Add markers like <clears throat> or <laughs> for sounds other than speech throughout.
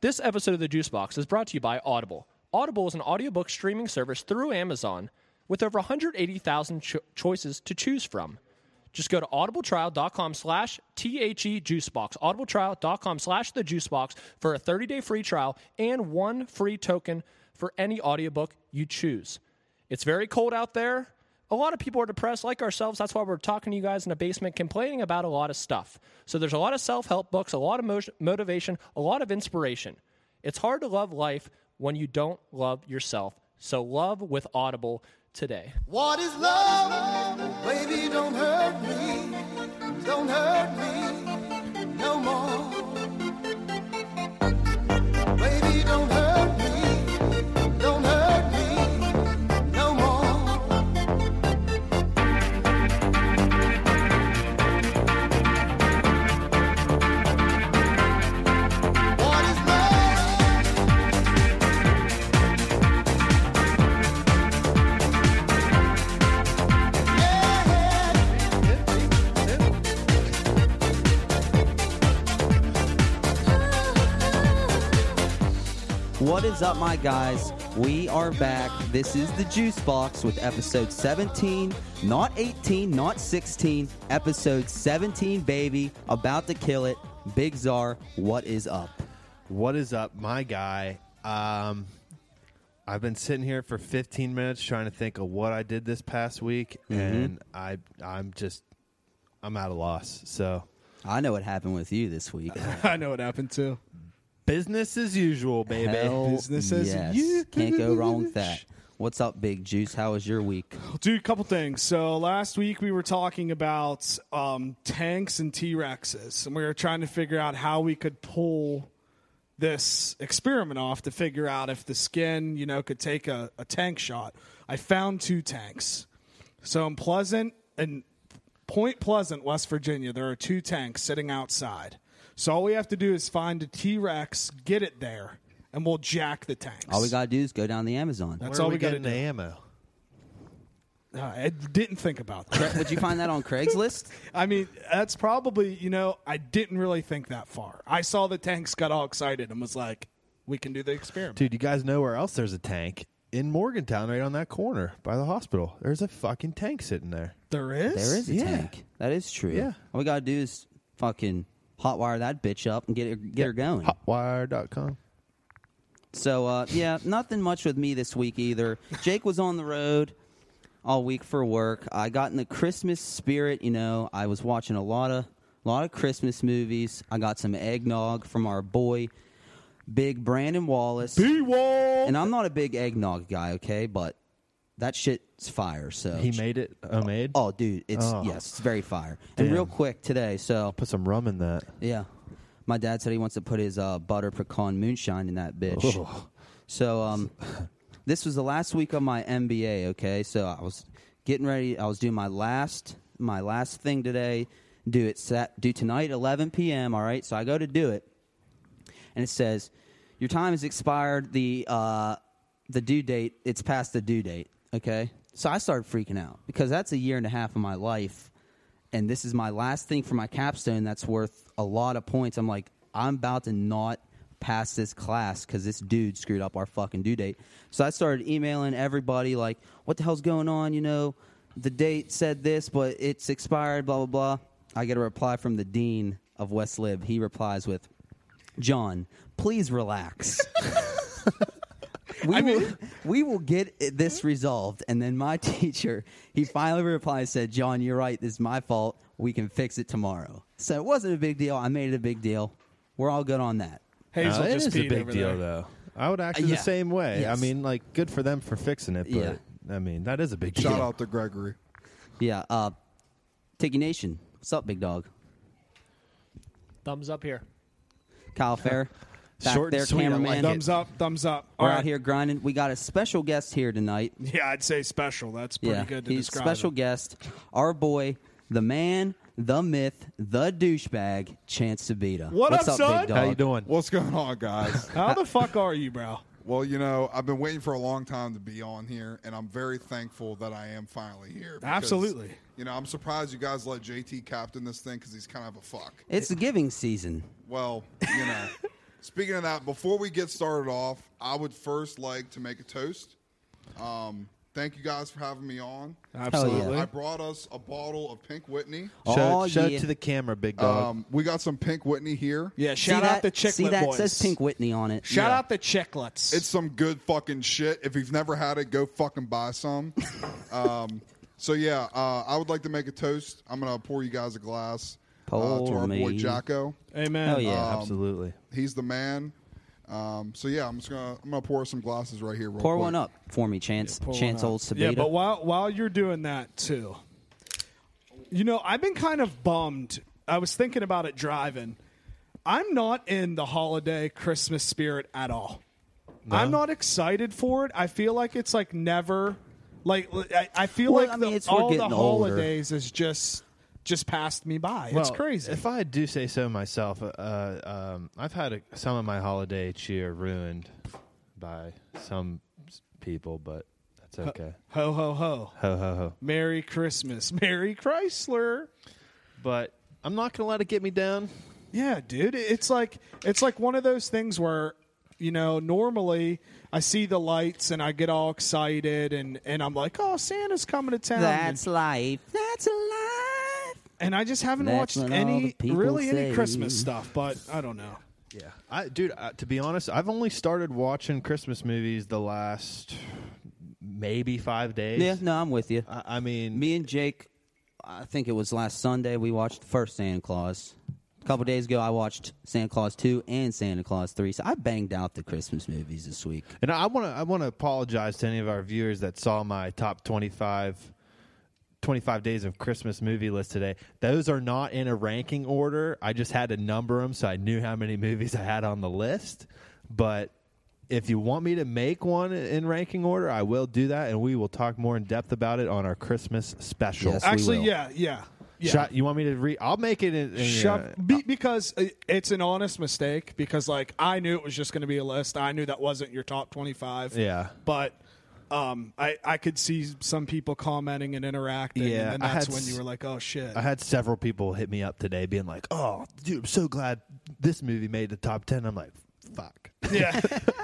This episode of the Juice Box is brought to you by Audible. Audible is an audiobook streaming service through Amazon with over 180,000 cho- choices to choose from. Just go to audibletrial.com slash THE juicebox, audibletrial.com slash the juicebox for a 30-day free trial and one free token for any audiobook you choose. It's very cold out there. A lot of people are depressed like ourselves. That's why we're talking to you guys in the basement, complaining about a lot of stuff. So there's a lot of self-help books, a lot of mo- motivation, a lot of inspiration. It's hard to love life when you don't love yourself. So love with Audible today. What is love? Baby, don't hurt me. Don't hurt me no more. Baby, don't hurt me. Don't hurt me no more. What is love? What is up, my guys? We are back. This is the Juice Box with episode 17, not 18, not 16, episode 17, baby. About to kill it. Big Czar, what is up? What is up, my guy? Um, I've been sitting here for 15 minutes trying to think of what I did this past week, Mm-hmm. and I I'm just I'm at a loss. So I know what happened with you this week. <laughs> <laughs> I know what happened too. business as usual, baby. Hell Business as yes. you- Can't go wrong with that. What's up, Big Juice? How was your week? Dude, couple things. So last week we were talking about um, tanks and T Rexes, and we were trying to figure out how we could pull this experiment off to figure out if the skin, you know, could take a, a tank shot. I found two tanks. So in Pleasant and Point Pleasant, West Virginia, there are two tanks sitting outside. So all we have to do is find a T Rex, get it there, and we'll jack the tanks. All we got to do is go down the Amazon. That's Where all are we, we got to getting do. the ammo? Uh, I didn't think about that. Cra- Would you find that on <laughs> Craigslist? I mean, that's probably, you know, I didn't really think that far. I saw the tanks got all excited and was like, we can do the experiment. Dude, you guys know where else there's a tank? In Morgantown, right on that corner by the hospital. There's a fucking tank sitting there. There is? There is a Yeah. tank. That is true. Yeah. All we gotta do is fucking hotwire that bitch up and get her, get her going. Hotwire.com. So uh, yeah, nothing much with me this week either. Jake was on the road all week for work. I got in the Christmas spirit. You know, I was watching a lot of lot of Christmas movies. I got some eggnog from our boy, Big Brandon Wallace. wall. And I'm not a big eggnog guy, okay, but that shit's fire. So He made it. Oh, made. Oh, dude, it's Oh. yes, it's very fire. And Damn. real quick today, so Put some rum in that. yeah, my dad said he wants to put his uh, butter pecan moonshine in that bitch. Oh. So um, this was the last week of my MBA. Okay, so I was getting ready. I was doing my last my last thing today. Do it sat do tonight 11 p.m. All right, so I go to do it, and it says your time has expired. The uh, the due date it's past the due date. Okay, so I started freaking out because that's a year and a half of my life, and this is my last thing for my capstone that's worth a lot of points. I'm like, I'm about to not pass this class because this dude screwed up our fucking due date. So I started emailing everybody like, what the hell's going on? You know, the date said this, but it's expired. Blah blah blah. I get a reply from the dean of West Lib. He replies with, John, please <laughs> relax. We, will, we will get it- this resolved. And then my <laughs> teacher, he finally replied, said, John, you're right. This is my fault. We can fix it tomorrow. So it wasn't a big deal. I made it a big deal. We're all good on that. Hazel Uh, it just is a peed big over deal, there. though. I would act Uh, in yeah. the same way. Yes. I mean, like, good for them for fixing it, but Yeah. I mean, that is a big Shout deal. out. to Gregory. Yeah. Uh, Tiki Nation, what's up, big dog? Thumbs up here. Kyle <laughs> Fair, back Short and there, sweet, I like cameraman. it. Thumbs up, thumbs up. We're All right. out here grinding. We got a special guest here tonight. Yeah, I'd say special. That's pretty Yeah, good to he's describe. special him. guest, our boy, the man, the myth, the douchebag, Chance Sabita. What What's up, up, son? big dog? How you doing? What's going on, guys? How <laughs> the fuck are you, bro? well, you know, I've been waiting for a long time to be on here, and I'm very thankful that I am finally here. because, Absolutely. You know, I'm surprised you guys let JT captain this thing because he's kind of a fuck. It's the giving season. Well, you know. Speaking of that, before we get started off, I would first like to make a toast. Um, thank you guys for having me on. Absolutely. I brought us a bottle of Pink Whitney. Show, Oh, show yeah. it to the camera, big dog. Um, we got some Pink Whitney here. Yeah, See shout out that? the Chicklet See that? It boys. says Pink Whitney on it. Shout out the Chicklets. It's some good fucking shit. If you've never had it, go fucking <laughs> buy some. um, so yeah, uh, I would like to make a toast. I'm gonna pour you guys a glass uh, to Pour our boy me. Jocko. Amen. Hell Oh, yeah. Absolutely. He's the man. Um, so yeah, I'm just gonna I'm gonna pour some glasses right here. Real Pour quick. one up for me, Chance. Pulling Chance up. Old Yeah, Sabita. but while while you're doing that too, you know, I've been kind of bummed. I was thinking about it driving. I'm not in the holiday Christmas spirit at all. I'm not excited for it. I feel like it's like never, like I, I feel Well, like I mean, the, it's- we're all the getting older. holidays is just just passed me by. it's Well, crazy. If I do say so myself, uh, um, I've had a, some of my holiday cheer ruined by some s- people, but that's okay. ho ho ho! Ho ho ho. Merry Christmas, Merry Chrysler. But I'm not gonna let it get me down. Yeah, dude, it's like it's like one of those things where you know normally I see the lights and I get all excited and and I'm like, oh, Santa's coming to town, That's and, life. That's life. and I just haven't That's watched what all the any people really say. any Christmas stuff. But I don't know. Yeah, I, dude. Uh, to be honest, I've only started watching Christmas movies the last maybe five days. Yeah, no, I'm with you. I, I mean, Me and Jake, I think it was last Sunday, we watched the first Santa Claus. A couple days ago, I watched Santa Claus 2 and Santa Claus 3. So I banged out the Christmas movies this week. And I want to I want to apologize to any of our viewers that saw my top 25 25 days of Christmas movie list today. Those are not in a ranking order. I just had to number them so I knew how many <laughs> movies I had on the list. But if you want me to make one in ranking order, I will do that and we will talk more in depth about it on our Christmas special. Yes. We Actually, will. yeah, yeah, yeah. Shut- you want me to read? I'll make it in, in Shut- be- because it- it's an honest mistake. Because like I knew it was just going to be a list. I knew that wasn't your top twenty-five. Yeah. but um, I I could see some people commenting and interacting. Yeah, and then I that's had when s- you were like, oh shit. I had several people hit me up today being like, "Oh, dude, I'm so glad this movie made the top 10." I'm like, "Fuck." <laughs> Yeah,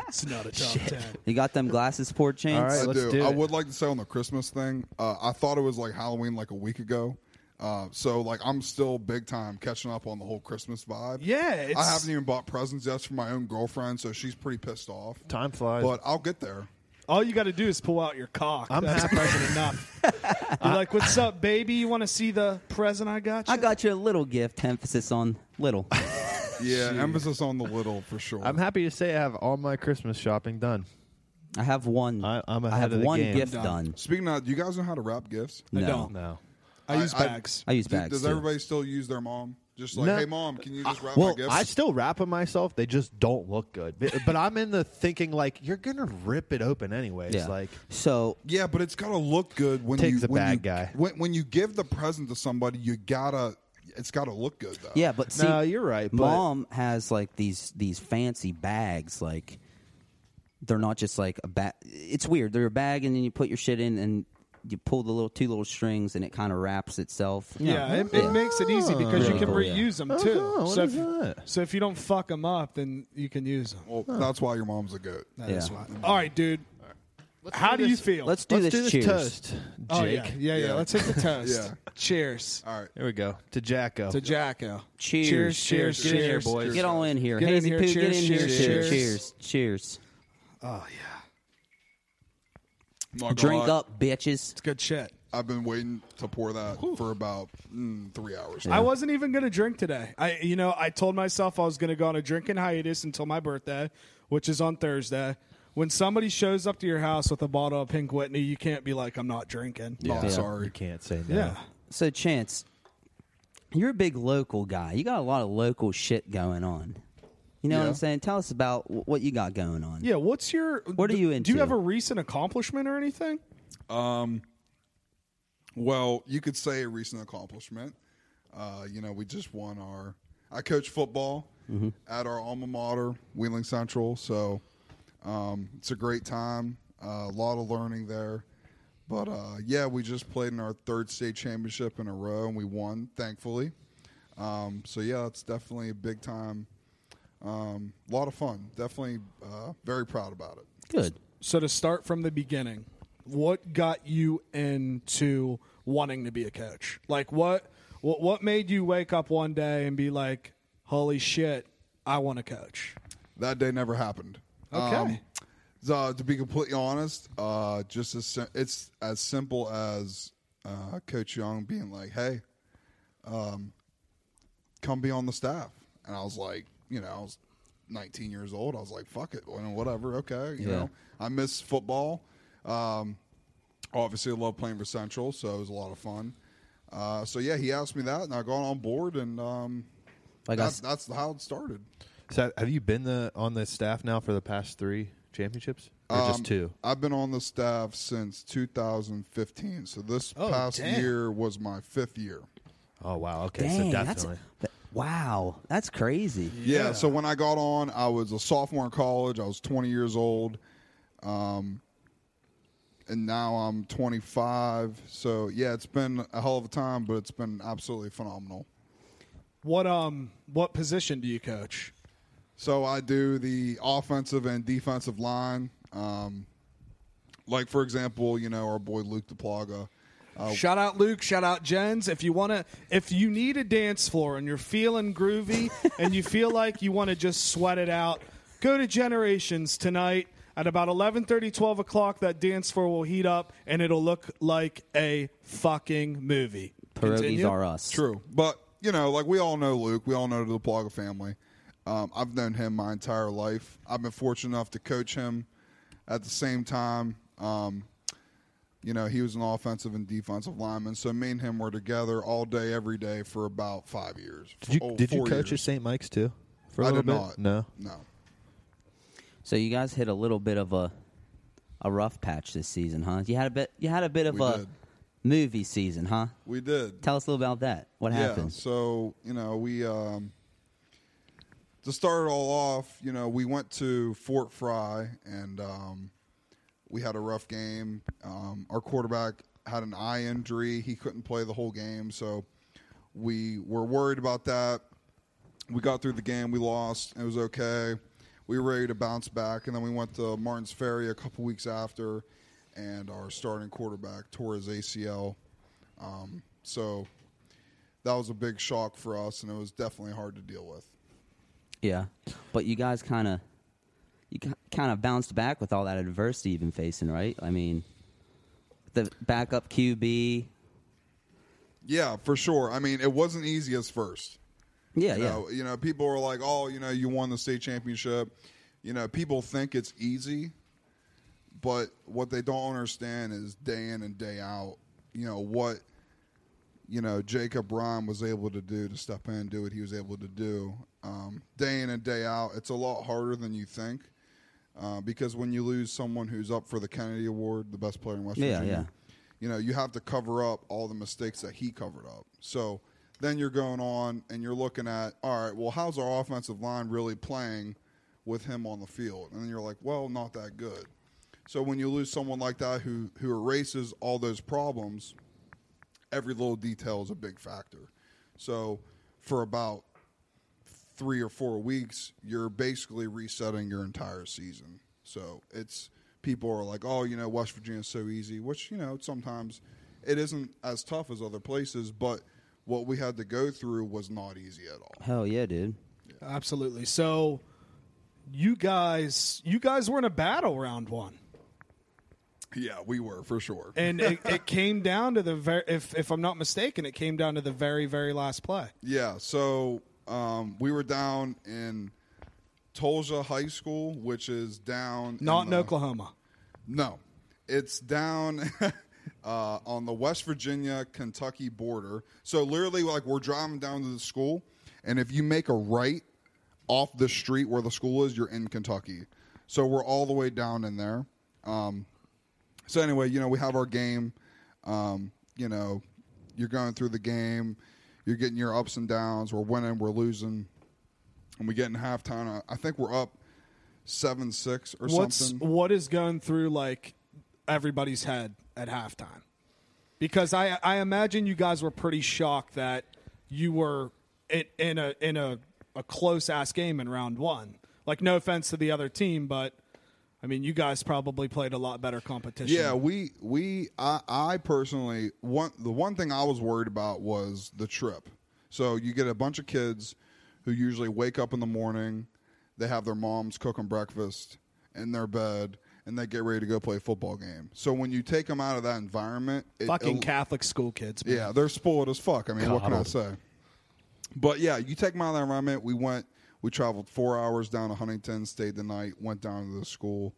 it's not a top ten. You got them glasses poured, Chance? All I right, let's do. do I it. would like to say on the Christmas thing, uh, I thought it was like Halloween like a week ago. Uh, so like I'm still big time catching up on the whole Christmas vibe. Yeah, I it's- haven't even bought presents yet for my own girlfriend, so she's pretty pissed off. Time flies. But I'll get there. All you got to do is pull out your cock. I'm That's happy- present enough. You're like, "What's up, baby? You want to see the present I got you?" I got you a little gift, emphasis on little. Yeah, emphasis on the little for sure. I'm happy to say I have all my Christmas shopping done. I have one. I- I'm ahead have of the one game. gift I'm done. Speaking of, do you guys know how to wrap gifts? No. I, don't. No. I use I- I- bags. use Do- bags. Does too. everybody still use their mom? Just like, No. Uh, hey mom, can you just wrap my Well, gifts? I still wrap them myself. They just don't look good. But, but I'm in the thinking like you're gonna rip it open anyways. Yeah. Like so Yeah, but it's gotta look good when Tig's you a when bad you, guy. When, when you give the present to somebody, you gotta it's gotta look good though. Yeah, but see, No, you're right, but- Mom has like these these fancy bags. Like they're not just like a bag. It's weird. They're a bag, and then you put your shit in, and you pull the little two little strings, and it kind of wraps itself. Yeah, it, it makes it easy because you Really can cool, yeah. reuse them too. Uh-huh, what so, is if, that? so if you don't fuck them up, then you can use them. Well, that's why your mom's a goat. Yeah. All right, dude. How do you feel? Let's do let's this. do this cheers. toast, Jake. Oh, yeah. yeah, yeah, Yeah. Let's hit the toast. <laughs> Yeah. Cheers All right. Here we go to Jacko. to Jacko. Cheers, Cheers, cheers, Get in here, cheers. boys. Get all in here, Get in hazy here, poo. cheers, get in here. cheers, Cheers, cheers. cheers, cheers. I'm not gonna Drink lie, up, bitches. It's good shit. I've been waiting to pour that for about mm, three hours. I wasn't even going to drink today. I, you know, I told myself I was going to go on a drinking hiatus until my birthday, which is on Thursday. When somebody shows up to your house with a bottle of Pink Whitney, you can't be like, "I'm not drinking." Oh, Yeah. You sorry. can't say no. Yeah, So, Chance, you're a big local guy. You got a lot of local shit going on. You know what Yeah. I'm saying? Tell us about wh- what you got going on. yeah. What's your? What are you Do into? you have a recent accomplishment or anything? Well, you could say a recent accomplishment. Uh, you know, we just won our. I coach football at our alma mater, Wheeling Central. So um, it's a great time. Uh, a lot of learning there. But uh, yeah, we just played in our third state championship in a row, and we won, thankfully. Um, so yeah, it's definitely a big time Um, a lot of fun. Definitely uh, very proud about it. Good. So to start from the beginning, what got you into wanting to be a coach? Like what what what made you wake up one day and be like, "Holy shit, I want to coach." That day never happened. Um, Okay. so to be completely honest, uh, just as sim- it's as simple as uh, Coach Young being like, "Hey, um, come be on the staff," and I was like, you know, I was 19 years old. I was like, "Fuck it, well, whatever." Okay, you Yeah. know, I miss football. Um, obviously, I love playing for Central, so it was a lot of fun. Uh, so yeah, he asked me that, and I got on board, and um, Like I that's, s- that's how it started. So have you been the on the staff now for the past three championships or Um, just two? I've been on the staff since 2015, so this Oh, past damn. year was my fifth year. Oh wow. Okay, Dang, so that's definitely. th- wow, that's crazy. Yeah. So when I got on, I was a sophomore in college. I was 20 years old, um, and now I'm 25. So yeah, it's been a hell of a time, but it's been absolutely phenomenal. What um what position do you coach? So I do the offensive and defensive line. Um, like for example, you know our boy Luke DePlaga. Oh. Shout out Luke, shout out Jens. If you want to if you need a dance floor and you're feeling <laughs> groovy and you feel like you want to just sweat it out, go to Generations tonight at about 11:30 12 o'clock that dance floor will heat up and it'll look like a fucking movie. Pierogies Continue. are us. True, but you know, like we all know Luke, we all know the Plaga family. Um, I've known him my entire life. I've been fortunate enough to coach him. At the same time, um, you know, he was an offensive and defensive lineman, so me and him were together all day, every day for about five years. Did you Oh, did you four coach at years. St. Mike's too? For a I little did bit? not. No. No. So you guys hit a little bit of a a rough patch this season, huh? You had a bit. You had a bit of We a did. movie season, huh? We did. Tell us a little about that. What happened? So you know, we um, to start it all off, you know, we went to Fort Fry and um, we had a rough game. Um, our quarterback had an eye injury; he couldn't play the whole game, so we were worried about that. We got through the game. We lost. It was okay. We were ready to bounce back, and then we went to Martins Ferry a couple weeks after, and our starting quarterback tore his ACL. Um, so that was a big shock for us, and it was definitely hard to deal with. Yeah, but you guys kind of you kind of bounced back with all that adversity you've been facing, right? I mean, the backup QB. Yeah, for sure. I mean, it wasn't easy as first. Yeah, you yeah. know, you know, people are like, "Oh, you know, you won the state championship." You know, people think it's easy, but what they don't understand is day in and day out. You know what? You know, Jacob Ryan was able to do to step in, and do what he was able to do. Um, day in and day out, it's a lot harder than you think. Uh, because when you lose someone who's up for the Kennedy Award, the best player in West Yeah, Virginia, yeah. you know, you have to cover up all the mistakes that he covered up. So then you're going on and you're looking at, all right, well, how's our offensive line really playing with him on the field? And then you're like, well, not that good. So when you lose someone like that who who erases all those problems, every little detail is a big factor. So for about three or four weeks, you're basically resetting your entire season. So it's people are like, oh, you know, West Virginia's so easy, which you know sometimes it isn't as tough as other places, but what we had to go through was not easy at all. Hell yeah, dude. Absolutely. So you guys you guys were in a battle round 1. Yeah, we were for sure. And it, it came down to the very if if I'm not mistaken, it came down to the very very last play. Yeah, so um, we were down in Tolja High School, which is down in Not in the- Oklahoma. No, it's down <laughs> uh, on the West Virginia Kentucky border. So literally, like we're driving down to the school, and if you make a right off the street where the school is, you're in Kentucky. So we're all the way down in there. Um, so anyway, you know, we have our game. Um, you know, you're going through the game, you're getting your ups and downs. We're winning, we're losing, and we get in halftime. I I think we're up seven six or What's something. what is going through like everybody's head at halftime? Because I I imagine you guys were pretty shocked that you were in, in a in a a close ass game in round one. Like, no offense to the other team, but I mean, you guys probably played a lot better competition. Yeah, we we I, I personally one the one thing I was worried about was the trip. So you get a bunch of kids who usually wake up in the morning, they have their moms cooking breakfast in their bed, and they get ready to go play a football game. So when you take them out of that environment, it, fucking it- Catholic school kids. man. yeah, they're spoiled as fuck. I mean, what can I say? But yeah, you take my that environment. We went, we traveled four hours down to Huntington, stayed the night, went down to the school.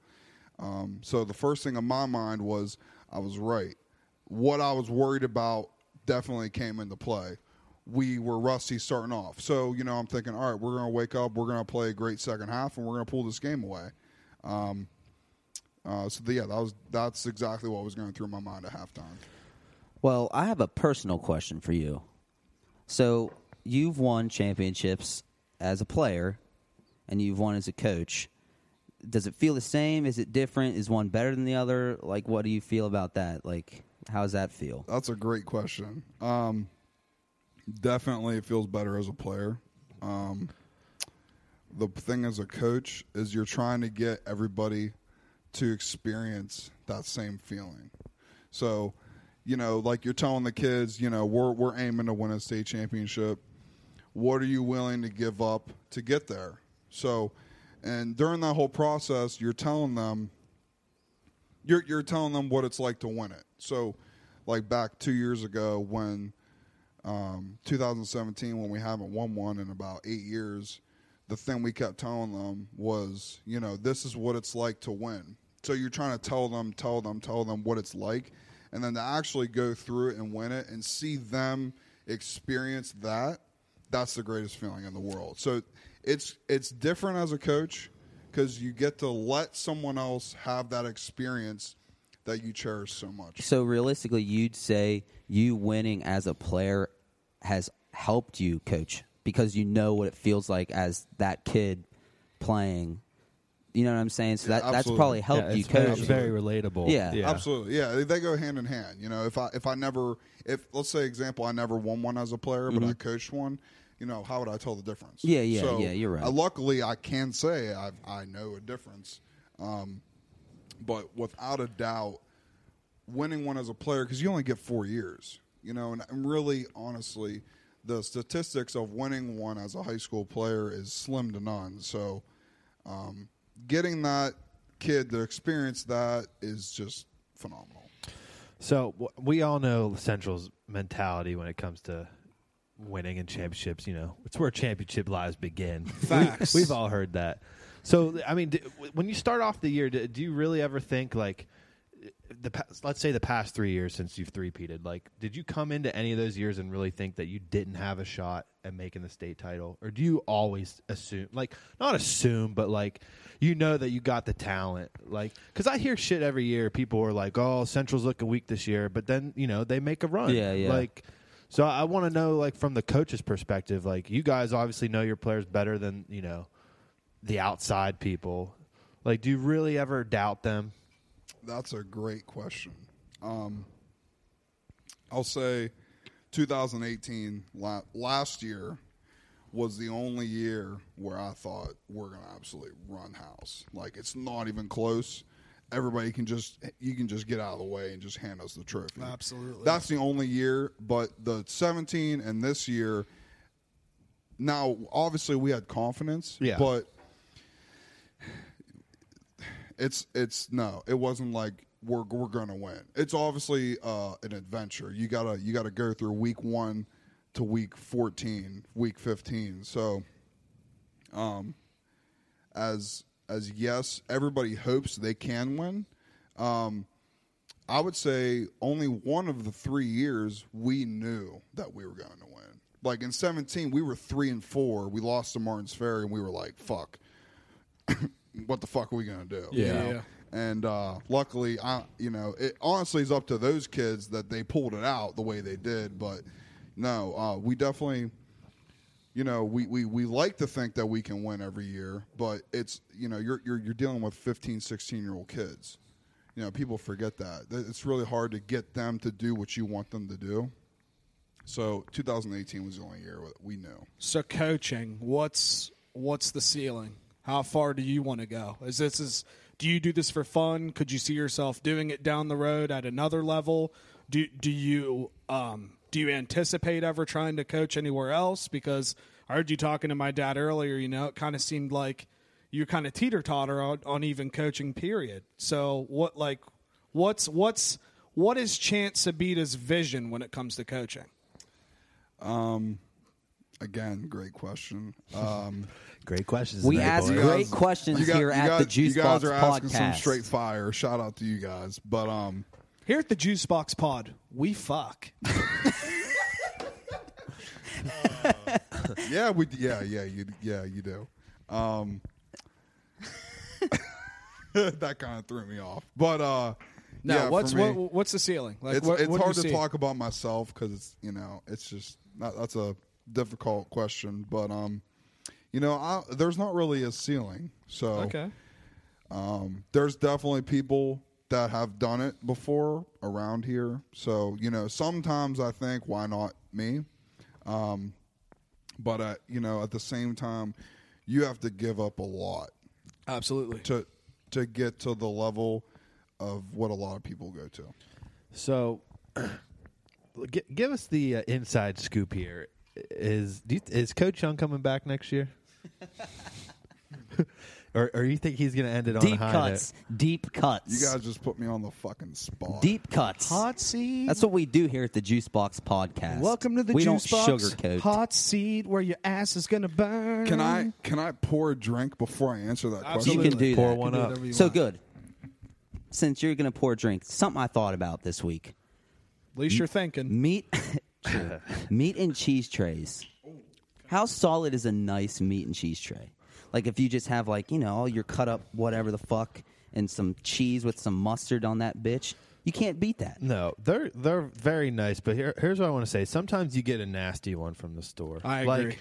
Um, so the first thing in my mind was I was right. What I was worried about definitely came into play. We were rusty starting off. So, you know, I'm thinking, all right, we're going to wake up, we're going to play a great second half, and we're going to pull this game away. Um, uh, so, yeah, that was that's exactly what was going through my mind at halftime. Well, I have a personal question for you. So, you've won championships as a player and you've won as a coach. Does it feel the same? Is it different? Is one better than the other? Like, what do you feel about that? Like, how does that feel? That's a great question. Um, definitely, it feels better as a player. Um, the thing as a coach is you're trying to get everybody to experience that same feeling. So, you know, like you're telling the kids, you know, we're we're aiming to win a state championship. What are you willing to give up to get there? So, and during that whole process, you're telling them you're you're telling them what it's like to win it. So, like back two years ago when um, 2017 when we haven't won one in about eight years, the thing we kept telling them was, you know, this is what it's like to win. So you're trying to tell them, tell them, tell them what it's like, and then to actually go through it and win it and see them experience that. That's the greatest feeling in the world. So it's it's different as a coach because you get to let someone else have that experience that you cherish so much. So, realistically, you'd say you winning as a player has helped you coach because you know what it feels like as that kid playing. You know what I'm saying? So, Yeah, that, that's absolutely. probably helped Yeah, Oh, you it's coach. very, it's very relatable. Yeah. Absolutely. Yeah, they- they go hand in hand. You know, if I if I never if let's say example I never won one as a player, but I coached one, you know, how would I tell the difference? Yeah, yeah, yeah, you're right. uh, luckily, I can say I I know a difference. Um, but without a doubt, winning one as a player because you only get four years, you know, and, and really, honestly, the statistics of winning one as a high school player is slim to none. So, um, getting that kid to experience that is just phenomenal. So w- we all know Central's mentality when it comes to winning and championships. You know, it's where championship lives begin. <laughs> Facts. We, have all heard that. So I mean, d- w- when you start off the year, do, do you really ever think like the past, let's say the past three years since you've three-peated? Like, did you come into any of those years and really think that you didn't have a shot at making the state title, or do you always assume like not assume, but like you know that you got the talent? Like, because I hear shit every year. People are like, "Oh, Central's looking weak this year," but then you know they make a run. Yeah, yeah. Like. So I want to know, like, from the coach's perspective, like, you guys obviously know your players better than you know the outside people. Like, do you really ever doubt them? That's a great question. Um, I'll say 2018, la- last year, was the only year where I thought we're going to absolutely run house. Like, it's not even close. Everybody can just, you can just get out of the way and just hand us the trophy. Absolutely. That's the only year, but the 17 and this year, now, obviously, we had confidence, Yeah. but it's it's no it wasn't like we're we're gonna win it's obviously uh an adventure you gotta you gotta go through week one to week 14 week 15 so um as as yes everybody hopes they can win um i would say only one of the three years we knew that we were going to win like in 17 we were three and four we lost to martin's ferry and we were like fuck <coughs> what the fuck are we gonna do? Yeah. know? Yeah. And uh, luckily, I you know it honestly is up to those kids that they pulled it out the way they did. But no, uh, we definitely, you know, we, we we like to think that we can win every year, but it's you know you're you're you're dealing with 15, 16 year old kids. You know, people forget that That it's really hard to get them to do what you want them to do. So 2018 was the only year we knew. So coaching, what's what's the ceiling? How far do you want to go? Is this is do you do this for fun? Could you see yourself doing it down the road at another level? Do do you um do you anticipate ever trying to coach anywhere else? Because I heard you talking to my dad earlier, you know, it kind of seemed like you kind of teeter totter on, on even coaching period. So what like what's what's what is Chance Sabita's vision when it comes to coaching? Again, great <laughs> question. Um, Great questions. We tonight, ask boys. great questions you got- here you at the guys- Juice You guys Box are asking some Podcast. straight fire. Shout out to you guys, but um, Here at the Juice Box Pod, we fuck. <laughs> yeah, we yeah yeah you yeah you do. Um, <laughs> that kind of threw me off, but uh, No, yeah, for what's me- what, what's the ceiling? Like, it's what, it's what do hard you to see? talk about myself because it's you know it's just not, that's a difficult question, but um, you know I, there's not really a ceiling, so Okay, there's definitely people that have done it before around here. So, you know, sometimes I think, why not me? Um, but, uh, you know, at the same time, you have to give up a lot absolutely. to to get to the level of what a lot of people go to. So, <clears throat> gi- give us the uh, inside scoop here. Is do you, is Coach Young coming back next year? <laughs> or, or you think he's going to end it on a Deep high cuts. Deep You cuts. guys just put me on the fucking spot. Deep cuts. Hot seat. That's what we do here at the Juice Box Podcast. Welcome to the we Juice don't Box sugarcoat. Hot seat where your ass is gonna burn. Can I can I pour a drink before I answer that You Absolutely. question? can do Pour that. one up. So good. Since you're going to pour a drink, something I thought about this week: At least you're thinking. meat, <laughs> True. meat and cheese trays. How solid is a nice meat and cheese tray? Like if you just have like you know all your cut up whatever the fuck and some cheese with some mustard on that bitch, you can't beat that. No, they're they're very nice, but here, here's what I want to say. Sometimes you get a nasty one from the store. I like, agree.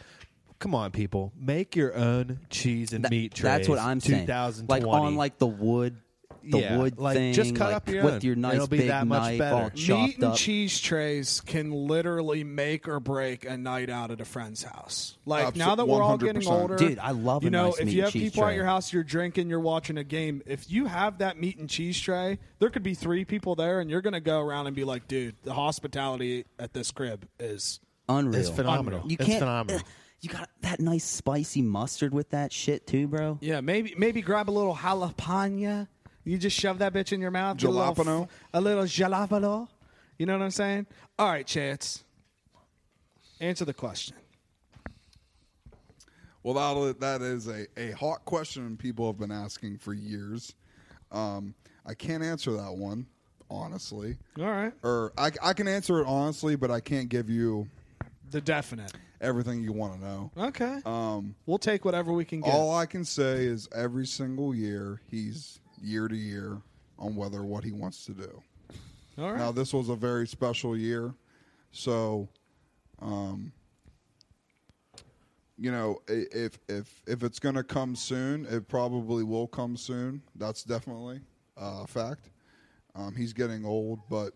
Come on, people, make your own cheese and That- meat trays. That's what I'm saying. 2020. Like on like the wood, the Yeah, wood like, thing. just cut like, up your with own. your nice It'll be big that much knife, better. all Meat chopped Meat and up. cheese trays can literally make or break a night out at a friend's house. Like Abso- now that we're all getting 100%. older, Dude, I love a you know nice if meat you and have cheese people tray. at your house, you're drinking, you're watching a game. If you have that meat and cheese tray, there could be three people there, and you're gonna go around and be like, dude, the hospitality at this crib is Unreal. it's phenomenal. You it's can't. phenomenal. ugh, <laughs> you got that nice spicy mustard with that shit too, bro. Yeah, maybe maybe grab a little jalapeno. You just shove that bitch in your mouth. get a little f- Jalapeno? A little jalapeno. You know what I'm saying? All right, Chance. Answer the question. Well, that, that is a, a hot question people have been asking for years. Um, I can't answer that one, honestly. All right. Or I, I can answer it honestly, but I can't give you The definite. everything you want to know. Okay. we'll take whatever we can get. Um, All I can say is every single year, he's year to year on whether what he wants to do. All right. Now, this was a very special year. So, um, you know, i- if if if it's going to come soon, it probably will come soon. That's definitely uh, a fact. Um, he's getting old, but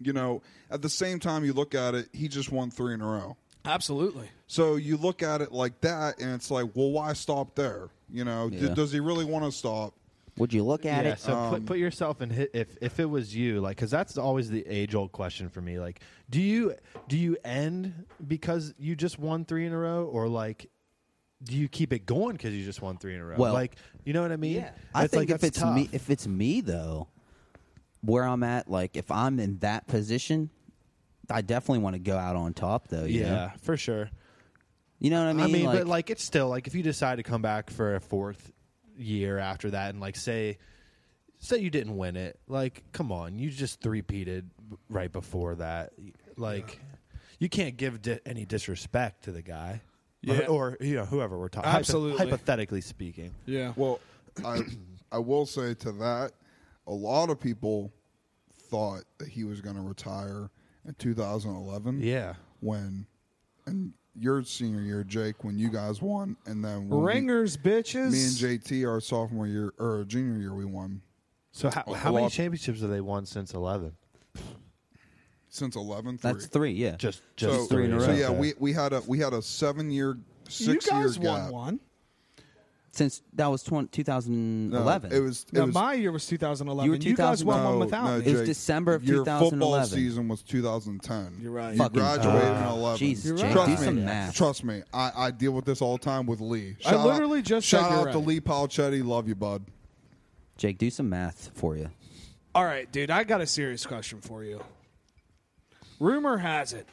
you know, at the same time, you look at it, he just won three in a row. Absolutely. So you look at it like that, and it's like, well, why stop there? You know, D- Yeah. does he really want to stop? Would you look at yeah, it? so put, put yourself in hit if if it was you, like because that's always the age old question for me. Like, do you do you end because you just won three in a row, or like do you keep it going because you just won three in a row? Well- like, you know what I mean? I It's think like, if that's it's tough. me, if it's me though, where I'm at, like if I'm in that position, I definitely want to go out on top though. You yeah, know? for sure. you know what I mean? I mean, but like it's still like if you decide to come back for a fourth year after that, and like say say you didn't win it, like come on, you just three-peated right before that, like. You can't give di- any disrespect to the guy, Yeah. or, or, you know whoever we're talking. hypo- Absolutely. hypothetically speaking, Yeah. Well, I I will say to that, a lot of people thought that he was going to retire in 2011. yeah. when and your senior year, Jake, when you guys won, and then when we- Ringers, bitches. me and JT, our sophomore year or junior year, we won So how, Well, how a many lot- championships have they won since eleven? since 11 three. That's three, yeah. Just just so, three in a so row. yeah, we, we had a we had a seven year, You six year guys gap. won one. since that was 20, No, 2011. It was it Now, was my year was 2011. You were guys won one no, without no, me. It was Jake. December of Your football 2011. season was 2010. You're right. You Fucking- graduated in Ah, 11. Jesus, You're Jake, Trust do me. some math. Trust me. I, I deal with this all the time with Lee. I literally out, just said shout you're out to right. Lee Palchetti. Love you, bud. Jake, do some math for you. All right, dude, I got a serious question for you. Rumor has it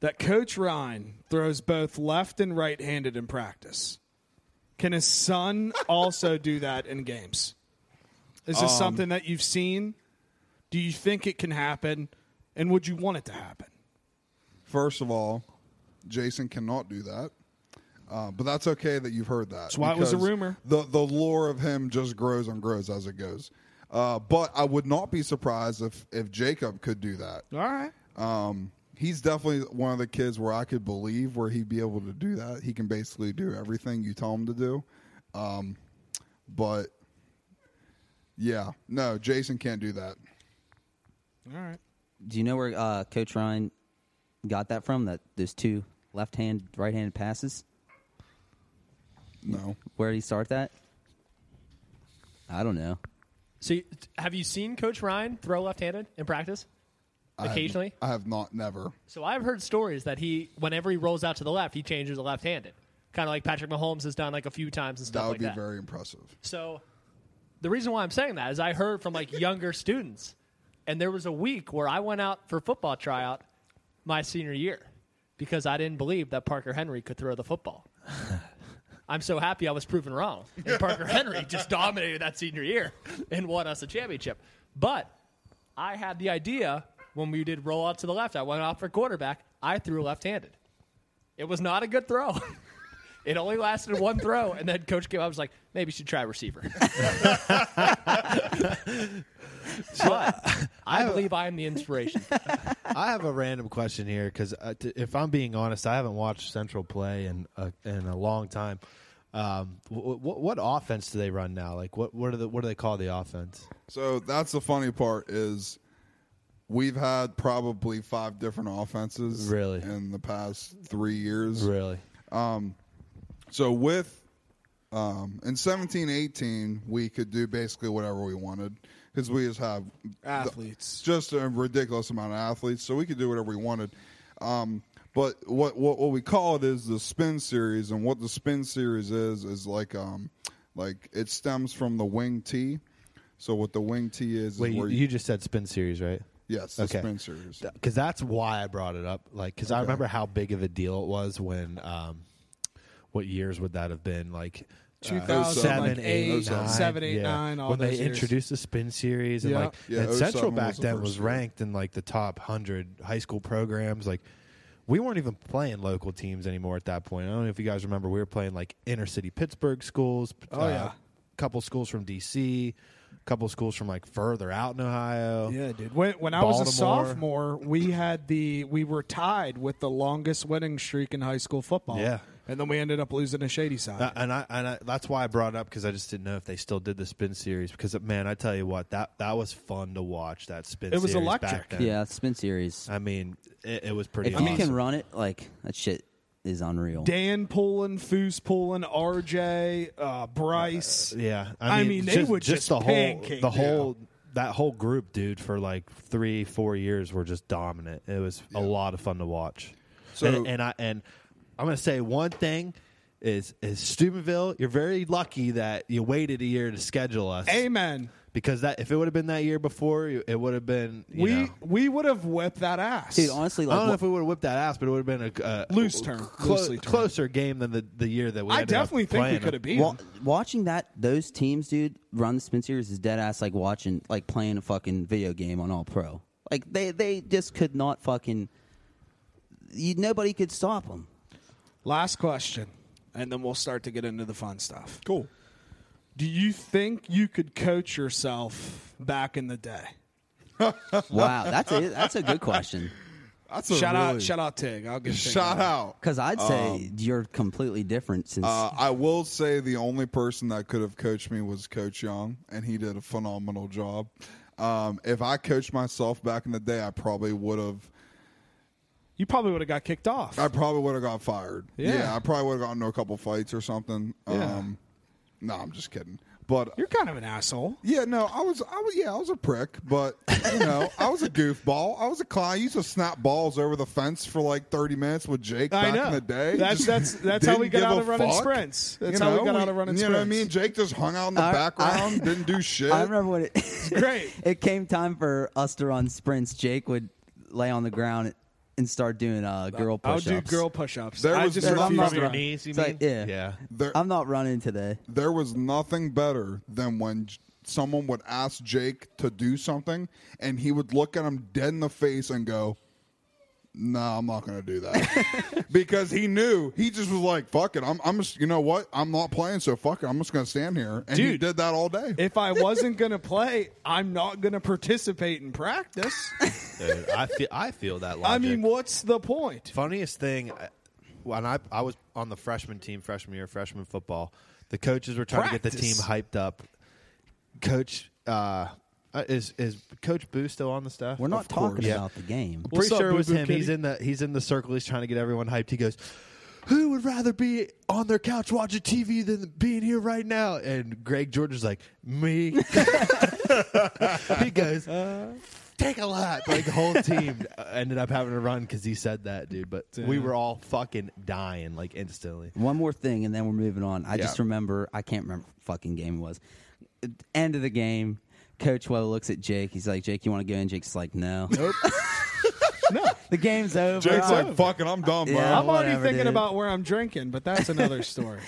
that Coach Ryan throws both left and right handed in practice. Can his <laughs> son also do that in games? Is this something that you've seen? Do you think it can happen? And would you want it to happen? First of all, Jason cannot do that. Uh, but that's okay that you've heard that. That's why it was a rumor. The the lore of him just grows and grows as it goes. Uh, but I would not be surprised if if Jacob could do that. All right. Um, he's definitely one of the kids where I could believe where he'd be able to do that. He can basically do everything you tell him to do. Um, but yeah, no, Jason can't do that. All right. Do you know where uh, Coach Ryan got that from? That those two left hand, right handed passes. No, Where did he start that? I don't know. See, have you seen Coach Ryan throw left-handed in practice? Occasionally. I have not. Never. So I've heard stories that he, whenever he rolls out to the left, he changes to left-handed, kind of like Patrick Mahomes has done like a few times and stuff that would like be that. very impressive. So the reason why I'm saying that is I heard from like younger students, and there was a week where I went out for football tryout my senior year because I didn't believe that Parker Henry could throw the football. I'm so happy I was proven wrong. And Parker Henry just dominated that senior year and won us a championship. But I had the idea when we did roll out to the left. I went out for quarterback. I threw left-handed. It was not a good throw. <laughs> It only lasted one throw, and then coach came up and was like, maybe you should try receiver. but Uh, I believe I am the inspiration. I have a random question here because uh, t- if I'm being honest, I haven't watched Central play in a, in a long time. Um, w- w- what offense do they run now? Like what what are the what do they call the offense? So that's the funny part is we've had probably five different offenses Really? in the past three years. Really? So with um, in 17, 18, we could do basically whatever we wanted because we just have Athletes. just a ridiculous amount of athletes, so we could do whatever we wanted. Um, but what, what what we call it is the spin series, and what the spin series is is like um like it stems from the wing T. So what the wing T is Wait, is you, where you just said spin series, right? yes the okay. spin series. because that's why I brought it up. Like, because I remember how big of a deal it was when, um, what years would that have been? Like. Two uh, thousand, seven, like eight, eight, nine, seven, eight, yeah. nine, all when they those years. introduced the spin series and Yeah. like Yeah, and 07 Central back was the then was first year. ranked in like the top hundred high school programs. Like we weren't even playing local teams anymore at that point. I don't know if you guys remember, we were playing like inner city Pittsburgh schools. uh, Oh, yeah. couple schools from DC, couple schools from like further out in Ohio. Yeah, dude. When, when I was a Baltimore. sophomore, we had the we were tied with the longest winning streak in high school football. Yeah. and then we ended up losing to Shady Side. Uh, and I and I, that's why I brought it up because I just didn't know if they still did the spin series. Because man, I tell you what, that that was fun to watch. That spin. It was series electric. Back then. Yeah, spin series. I mean, it, it was pretty. If you awesome. can run it, like that shit is unreal. Dan Pullen, Foos Pullen, RJ, uh, Bryce. yeah. I mean, they would just the whole pancake the you. whole that whole group, dude, for like three four years were just dominant. It was a lot of fun to watch. So- and, and I and I'm gonna say one thing. Is is Steubenville? You're very lucky that you waited a year to schedule us. Amen. because that if it would have been that year before, it would have been you we know. we would have whipped that ass. Dude, honestly, I like don't know what- if we would have whipped that ass, but it would have been a uh, Loose term. clo- Loosely termed. closer game than the, the year that we. I ended up definitely think we playing could have them. beat Wa- them. watching that those teams, dude, run the spin series is dead ass like watching like playing a fucking video game on All Pro. Like they they just could not fucking. You, nobody could stop them. Last question, and then we'll start to get into the fun stuff. Cool. Do you think you could coach yourself back in the day? Wow, that's a, that's a good question. That's a shout out, really- shout out, Tig. I'll give Tig shout that. out. Because I'd say Um, you're completely different since Uh, I will say the only person that could have coached me was Coach Young, and he did a phenomenal job. Um, if I coached myself back in the day, I probably would have. You probably would have got kicked off. I probably would have got fired. Yeah. Yeah, I probably would have gotten into a couple fights or something. Yeah. Um, no, I'm just kidding. But You're kind of an asshole. yeah, no, I was, I was, yeah, I was a prick, but you know, I was a goofball. I was a clown. I used to snap balls over the fence for like thirty minutes with Jake I back know. in the day. That's- Just <laughs> that's- that's how we didn't got give out a of running fuck. sprints. That's how we got out of running You know what I sprints. mean? Jake just hung out in the I- I- background, didn't do shit. <laughs> I remember when it <laughs> Great. it came time for us to run sprints. Jake would lay on the ground and start doing uh, girl I'll push-ups. do Oh, girl push-ups. There I was just no- refuse I'm to not- run. knees, you It's like, yeah. Yeah. There- I'm not running today. there was nothing better than when J- someone would ask Jake to do something and he would look at him dead in the face and go, No, I'm not going to <laughs> do that. because he knew he just was like, Fuck it. I'm, I'm just, you know what? I'm not playing, so fuck it. I'm just going to stand here. And he Dude. did that all day. If I wasn't going to play, I'm not going to participate in practice. Dude, I feel I feel that logic. I mean, what's the point? funniest thing I- when I I was on the freshman team freshman year freshman football, the coaches were trying to get the team Practice. hyped up. Coach uh, uh, is is Coach Boo still on the staff? We're not Of course. talking Yeah. about the game. What's Pretty up, sure it was Boo Boo him. He's Kitty? in the he's in the circle. He's trying to get everyone hyped. He goes, "Who would rather be on their couch watching TV than being here right now?" And Greg George is like, <laughs> "Me." he goes, "Take a lot." Like the whole team uh, ended up having to run because he said that, dude. But we were all fucking dying like instantly. One more thing, and then we're moving on. I just Yeah. remember, I can't remember what fucking game it was. End of the game, Coach Woe looks at Jake. He's like, Jake, you want to go in? Jake's like, no. <laughs> Nope. No. the game's over. Jake's I'm- like, Fuck it. I'm done, bro. Yeah. I'm already whatever, thinking dude. about where I'm drinking, but that's another <laughs> story.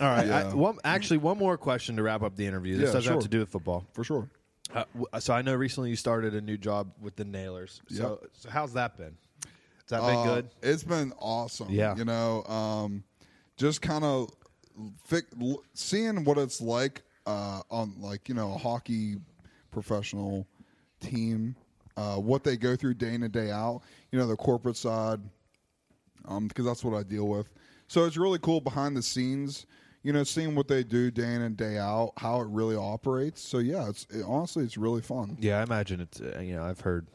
All right. I- <laughs> Yeah. one, actually, one more question to wrap up the interview. This Yeah, doesn't have sure. to do with football. For sure. Uh, w- so I know recently you started a new job with the Nailers. So, so how's that been? Has that been Uh, good? It's been awesome. Yeah. You know, um, just kind of fic- l- seeing what it's like uh, on, like, you know, a hockey professional team, uh, what they go through day in and day out, you know, the corporate side, because that's what I deal with. So it's really cool behind the scenes, you know, seeing what they do day in and day out, how it really operates. So, yeah, it's it, honestly, it's really fun. Yeah, I imagine it's uh, you know I've heard,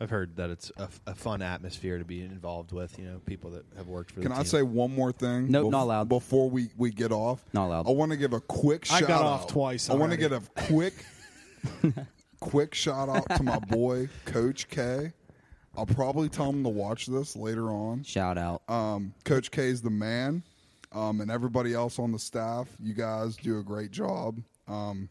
I've heard that it's a, f- a fun atmosphere to be involved with. You know, people that have worked for. Can the I team. say one more thing? Nope, not allowed. Before we, we get off, Not allowed. I want to give a quick I shout got out. off twice I want to already. get a quick, <laughs> quick shout out to my boy Coach K. I'll probably tell him to watch this later on. Shout out. Um, Coach K is the man, um, and everybody else on the staff. You guys do a great job. Um,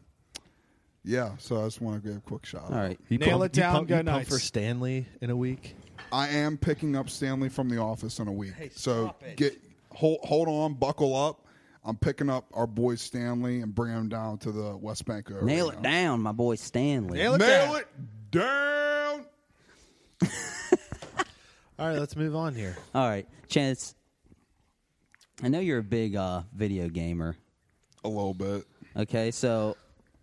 yeah, so I just want to give a quick shout out. All right. You Nail it you down, pump- go you pump Knights. for Stanley in a week. I am picking up Stanley from the office in a week. so get hold hold on, buckle up. I'm picking up our boy Stanley and bring him down to the West Bank. Arena. Nail it down, my boy Stanley. Nail it Nail down. it down. All right, let's move on here. All right, Chance. I know you're a big uh, video gamer. A little bit. Okay, so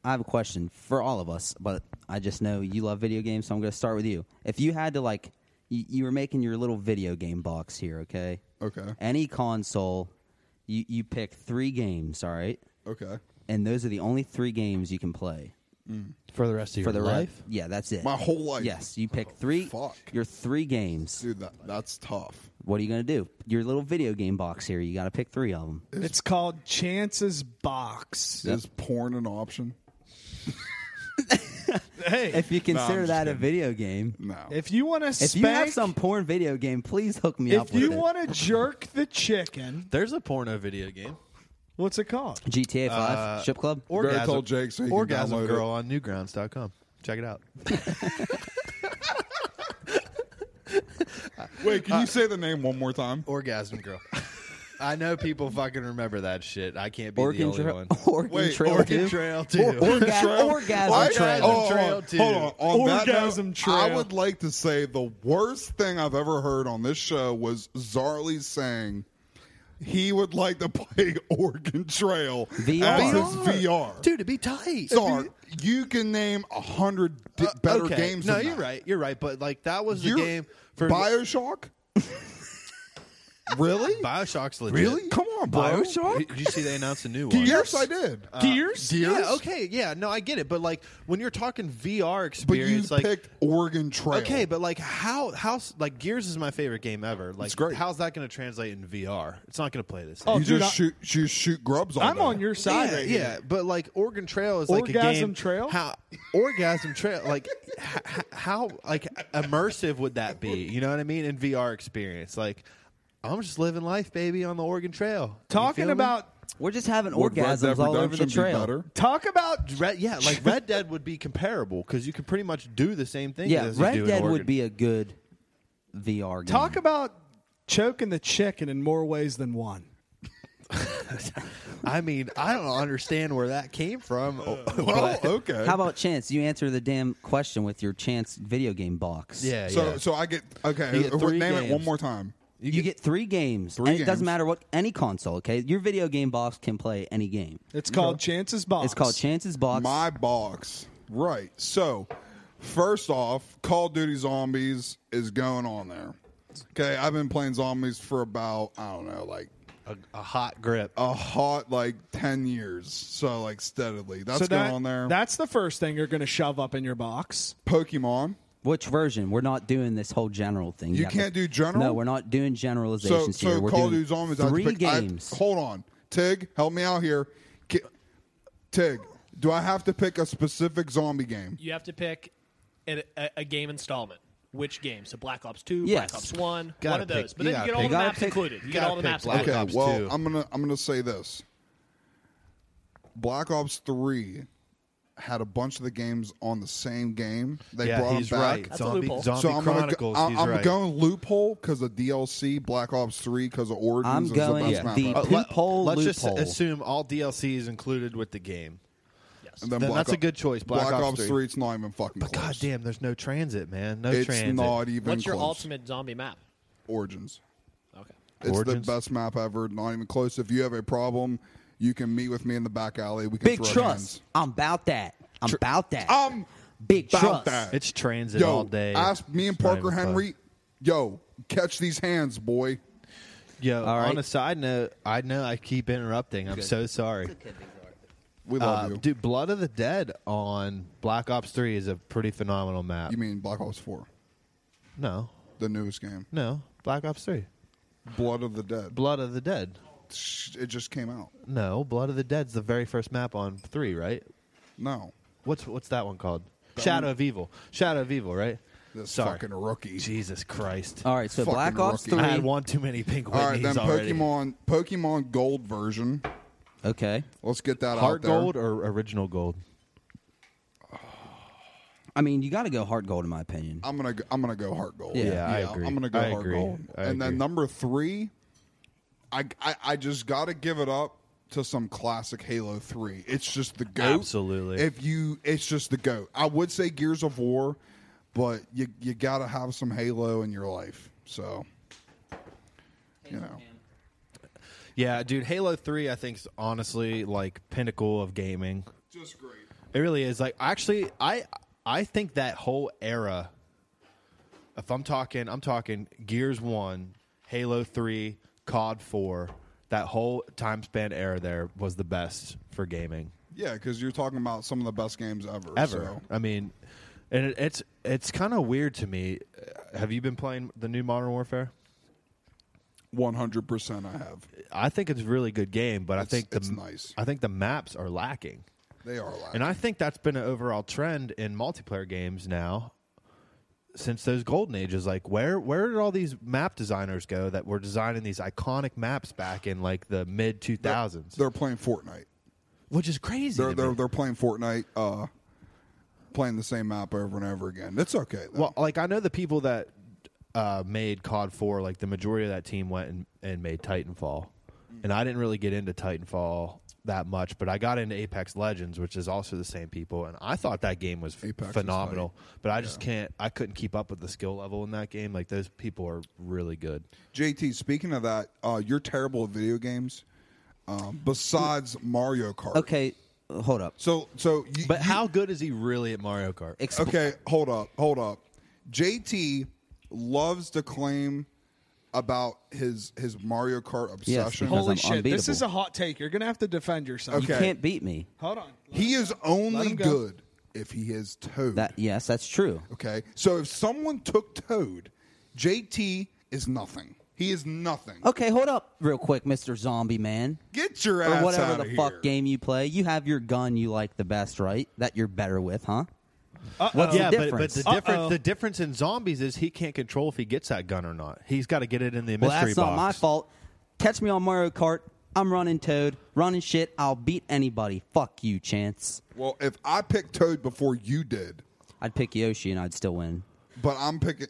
I have a question for all of us, but I just know you love video games, so I'm going to start with you. If you had to like, you, you were making your little video game box here, okay? Okay. Any console, you you pick three games, all right, Okay. and those are the only three games you can play For the rest of for the your re- life, yeah, that's it. My whole life. Oh, Yes, you pick three. fuck. Your three games. Dude, that, that's tough. What are you going to do? Your little video game box here. You got to pick three of <laughs> them. It's called Chances Box. Is porn an option? Hey, If you consider just that a kidding. video game, No. if you want to if spank, you have some porn video game, please hook me up. if with you it. want to jerk the chicken, there's a porno video game. what's it called? GTA Five Uh, Ship Club. Better tell Jake so he can orgasm download it. girl on newgrounds.com. Check it <laughs> out. Wait, can you say the name one more time? orgasm girl. I know people fucking remember that shit. I can't be the Oregon only Trail. one. <laughs> <laughs> Oregon Wait, Trail. Oregon two? Trail Or- too. <laughs> orga- orgasm Why- Trail. Oh, Trail hold on. Hold on. On that Orgasm note, Trail. I would like to say the worst thing I've ever heard on this show was Zarly saying he would like to play <laughs> Oregon Trail VR. as his VR. Dude, it'd be tight. Zar, you can name a hundred di- better Uh, Okay. games. No, than you're that. right. You're right. But like that was the You're- game for Bioshock. Really? Bioshock's legit. Really? Come on, bro. Did did you see they announced a <laughs> new one? Yes, I did. Uh, Gears? Gears? Yeah, okay, yeah, no, I get it, but like when you're talking VR But you experience, like picked Oregon Trail. okay, but like how how like Gears is my favorite game ever. Like, great. how's that going to translate in VR? It's not going to play this. Oh, you dude, just I- shoot, you shoot grubs. All I'm day. on your side yeah, right yeah, here. but like Oregon Trail is like a Orgasm game. Trail? how orgasm trail? Like h- h- how like immersive would that be? You know what I mean? In VR experience, like I'm just living life, baby, on the Oregon Trail. You feel Talking me? about We're just having Would Red Dead orgasms all over the Redemption be trail. better? talk about Red, yeah, like Red Dead would be comparable because you could pretty much do the same thing. Yeah, as you do Red in Dead Oregon. would be a good VR game. talk about choking the chicken in more ways than one. I mean, I don't understand where that came from. <laughs> Oh, Uh, but- okay. How about chance? You answer the damn question with your chance video game box. yeah, so yeah. so I get okay. You get uh, three name it one games. more time. You, get, three games. Three and It games. doesn't matter what any console, okay? Your video game box can play any game. It's called Chances Box. It's called Chance's Box. My box. Right. So, first off, Call of Duty Zombies is going on there. Okay, I've been playing zombies for about I don't know, like a, a hot grip. a hot like ten years. So like steadily, that's So that, going on there. That's the first thing you're going to shove up in your box. Pokemon. Which version? We're not doing this whole general thing. You have can't do general? No, we're not doing So generalizations so here. We're Call of doing Duty Zombies. I have to three pick- I- games. hold on, Tig, help me out here. Ki- Tig, do I have to pick a specific zombie game? You have to pick a, a, a game installment. Which game? So Black Ops Two, Yes. Black Ops One, Gotta one of pick- those. But you then you gotta get all pick- the gotta maps pick- included. You get gotta all the pick maps Black included. okay, Ops well, 2. I'm gonna I'm gonna say this. Black Ops Three had a bunch of the games on the same game. They yeah, brought he's them back. right. That's a Zombie, loophole. Zombie So I'm gonna go, Chronicles. I- he's I'm right. going loophole because of DLC, Black Ops Three because of Origins. I'm is going the, best map the ever. Uh, let, Loophole, let's just loophole. assume all DLC is included with the game. Yes. And then then Black that's a Op- good choice, Black Ops 3. Three, it's not even fucking. But close. goddamn, there's no transit, man. No it's transit. not even. What's your close. ultimate zombie map? Origins? Okay. It's Origins? the best map ever. Not even close. If you have a problem, you can meet with me in the back alley. We can Big throw trust. I'm about that. I'm about that. hands. Um, Big about trust. that. It's transit yo, all day. ask me and It's not Parker even close. Henry. Yo, catch these hands, boy. Yo, right. on a side note, I know I keep interrupting. I'm so sorry. We Uh, love you. dude, Blood of the Dead on Black Ops 3 is a pretty phenomenal map. You mean Black Ops Four, no, the newest game, no, Black Ops 3. Blood of the Dead. Blood of the Dead. It just came out. No, Blood of the Dead's the very first map on 3, right? No, What's what's that one called? Shadow of Evil. Shadow of Evil, right? this Sorry. fucking rookie. Jesus Christ. All right, so Fucking Black Ops rookie. I 3. had one too many pink All right, Whitney's then already. Pokemon Pokemon Gold version. Okay. Let's get that Heart out there. gold or original gold? I mean, you got to go Heart Gold, in my opinion. I'm gonna go, I'm gonna go Heart Gold. Yeah. Yeah, I agree. am gonna go I Heart agree. Gold. I and then agree. number three, I, I I just gotta give it up to some classic Halo Three. It's just the goat. Absolutely. If you, it's just the goat. I would say Gears of War, but you you gotta have some Halo in your life. So, you know, Yeah, dude, Halo 3 I think is honestly like pinnacle of gaming. just great. It really is. Like actually I I think that whole era if I'm talking I'm talking Gears 1, Halo 3, COD 4, that whole time span era there was the best for gaming Yeah, because you're talking about some of the best games ever. ever. so. I mean, and it, it's it's kind of weird to me. Uh, Have you been playing the new Modern Warfare? One hundred percent, I have. I think it's a really good game, but I It's- think the it's nice. I think the maps are lacking, They are. Lacking. and I think that's been an overall trend in multiplayer games now since those golden ages. Like where where did all these map designers go that were designing these iconic maps back in like the mid two thousands, they're playing Fortnite. which is crazy. They're to they're me. they're playing Fortnite, uh, playing the same map over and over again. It's okay. Though. Well, like I know the people that uh, made COD Four, like the majority of that team went and, and made Titanfall, and I didn't really get into Titanfall that much, but I got into Apex Legends, which is also the same people, and I thought that game was Apex is phenomenal, but I just can't, I couldn't keep up with the skill level in that game. Like those people are really good. JT, speaking of that, uh, you're terrible at video games. Um, besides Mario Kart, Okay, uh, hold up. So so you, But you- how good is he really at Mario Kart? Expl- Okay, hold up, hold up. JT loves to claim about his his Mario Kart obsession. because Holy I'm shit! This unbeatable. is a hot take. You're gonna have to defend yourself. Okay. You can't beat me. Hold on. he is only him go. good if he is Toad. That yes, that's true. okay, so if someone took Toad, JT is nothing. He is nothing. Okay, hold up real quick, Mister Zombie Man, Get your ass or whatever out the of fuck here. game you play. You have your gun you like the best, right? That you're better with, huh? What's Uh, yeah, the but, difference? but the Uh, difference the difference in zombies is he can't control if he gets that gun or not. He's got to get it in the well, mystery that's not my box. fault. Catch me on Mario Kart. I'm running Toad, running shit. I'll beat anybody. Fuck you, Chance. Well, if I picked Toad before you did, I'd pick Yoshi and I'd still win. but I'm picking.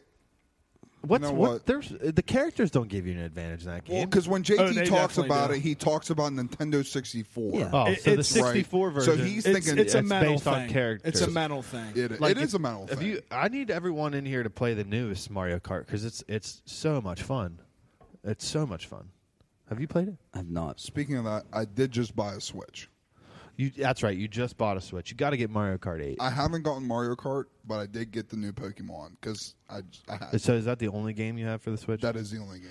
What's You know what? what? There's the characters don't give you an advantage in that Well, game. because when Oh, JT they talks definitely about do. it, he talks about Nintendo 64. Yeah. oh, it- so the it's- Right. 64 So version. he's It's, thinking it's a it's mental based thing. on characters. It's a mental thing. It, Like, it if- is a mental if thing. you- I need everyone in here to play the newest Mario Kart because it's it's so much fun. It's so much fun. Have you played it? I've not. Speaking of that, I did just buy a Switch. You that's right. You just bought a Switch. You got to get Mario Kart Eight. I haven't gotten Mario Kart, but I did get the new Pokemon because I, I had- so is that the only game you have for the Switch? that is the only game.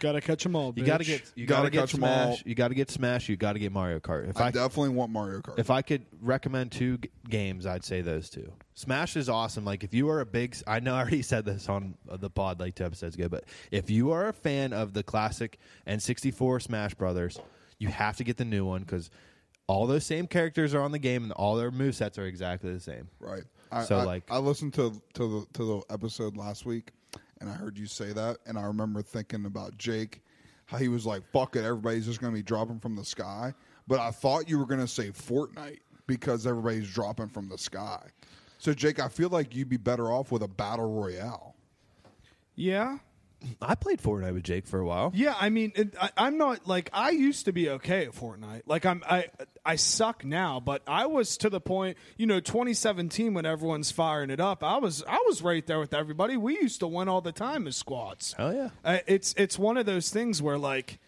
Gotta catch them all. you bitch. got to get you got Gotta to get catch 'em all. Smash. You got to get Smash. You got to get Mario Kart. If I, I, definitely want Mario Kart. if I could recommend two g- games, I'd say those two. Smash is awesome. Like if you are a big, s- I know I already <laughs> said this on uh, the pod like two episodes ago, but if you are a fan of the classic N64 Smash Brothers, you have to get the new one because all those same characters are on the game and all their movesets are exactly the same. right. I, So, I- like- I listened to to the to the episode last week, and I heard you say that, and I remember thinking about Jake, how he was like, "Fuck it, everybody's just going to be dropping from the sky." But I thought you were going to say Fortnite because everybody's dropping from the sky. So Jake, I feel like you'd be better off with a battle royale. Yeah. I played Fortnite with Jake for a while. Yeah, I mean, it, I, I'm not like I used to be okay at Fortnite. Like I'm, I I suck now, but I was to the point, you know, 2017 when everyone's firing it up. I was I was right there with everybody. We used to win all the time as squads. Oh, yeah. uh, it's it's one of those things where like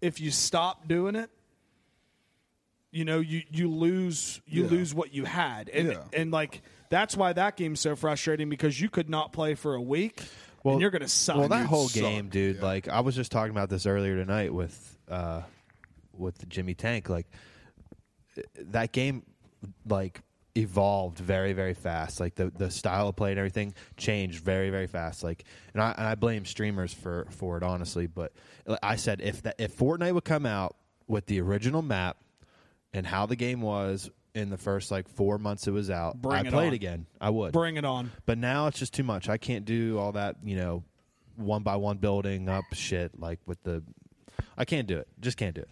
if you stop doing it, you know, you you lose you lose what you had, and Yeah. and like. That's why that game's so frustrating because you could not play for a week, and you're gonna suck. Well, that dude whole suck. game, dude. Like I was just talking about this earlier tonight with uh, with Jimmy Tank. Like that game, like evolved very very fast. Like the the style of play and everything changed very very fast. Like and I and I blame streamers for for it honestly. But like I said if that if Fortnite would come out with the original map and how the game was in the first like four months it was out, Bring I it played on. again. I would Bring it on. but now it's just too much. I can't do all that, you know, one by one building up shit like with the. I can't do it. Just can't do it.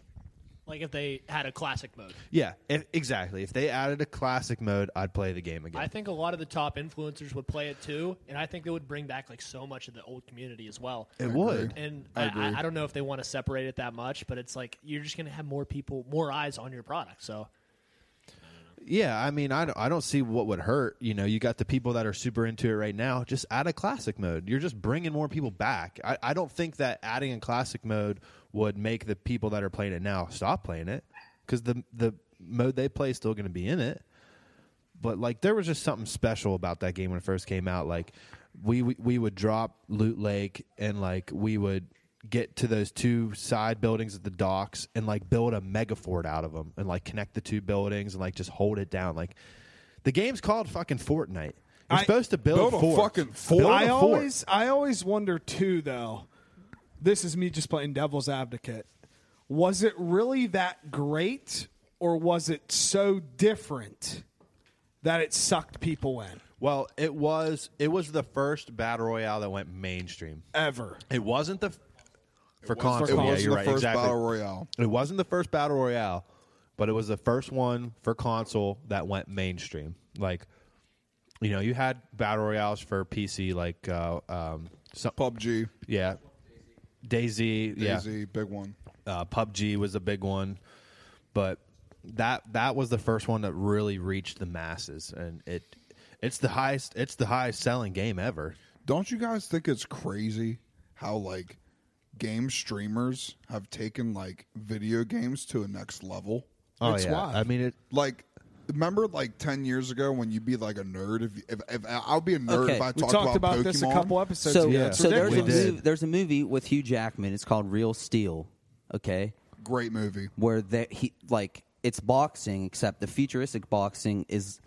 Like if they had a classic mode. Yeah, if, exactly. If they added a classic mode, I'd play the game again. I think a lot of the top influencers would play it too, and I think it would bring back like so much of the old community as well. it would. and I, I, I don't know if they want to separate it that much, but it's like you're just going to have more people, more eyes on your product. So Yeah, I mean, I don't, I don't see what would hurt. You know, you got the people that are super into it right now. Just add a classic mode. You're just bringing more people back. I, I don't think that adding a classic mode would make the people that are playing it now stop playing it because the the mode they play is still going to be in it. But like, there was just something special about that game when it first came out. Like, we we, we would drop Loot Lake and like we would get to those two side buildings at the docks and like build a mega fort out of them and like connect the two buildings and like just hold it down. Like, the game's called fucking Fortnite. You're I- supposed to build, Build a forts. fucking fort. Build a I fort. always I always wonder too though. This is me just playing devil's advocate. Was it really that great or was it so different that it sucked people in Well, it was it was the first battle royale that went mainstream. ever? It wasn't the f- for console. it Yeah, console. wasn't you're the right. first exactly. battle royale. It wasn't the first battle royale, but it was the first one for console that went mainstream. Like, you know, you had battle royales for PC, like uh, um, some, PUBG, yeah, Daisy, yeah, Daisy, big one. uh, PUBG was a big one, but that that was the first one that really reached the masses, and it it's the highest it's the highest selling game ever. Don't you guys think it's crazy how like game streamers have taken like video games to a next level? Oh It's yeah, wild. I mean it. Like remember like 10 years ago when you'd be like a nerd if, if, if I'll be a nerd Okay. if I We We talked, talked about, about Pokemon. this a couple episodes So, ago. Yeah. It's so there's a We ridiculous. did. movie, there's a movie with Hugh Jackman. It's called Real Steel. Okay, Great movie. where they, he like it's boxing, except the futuristic boxing is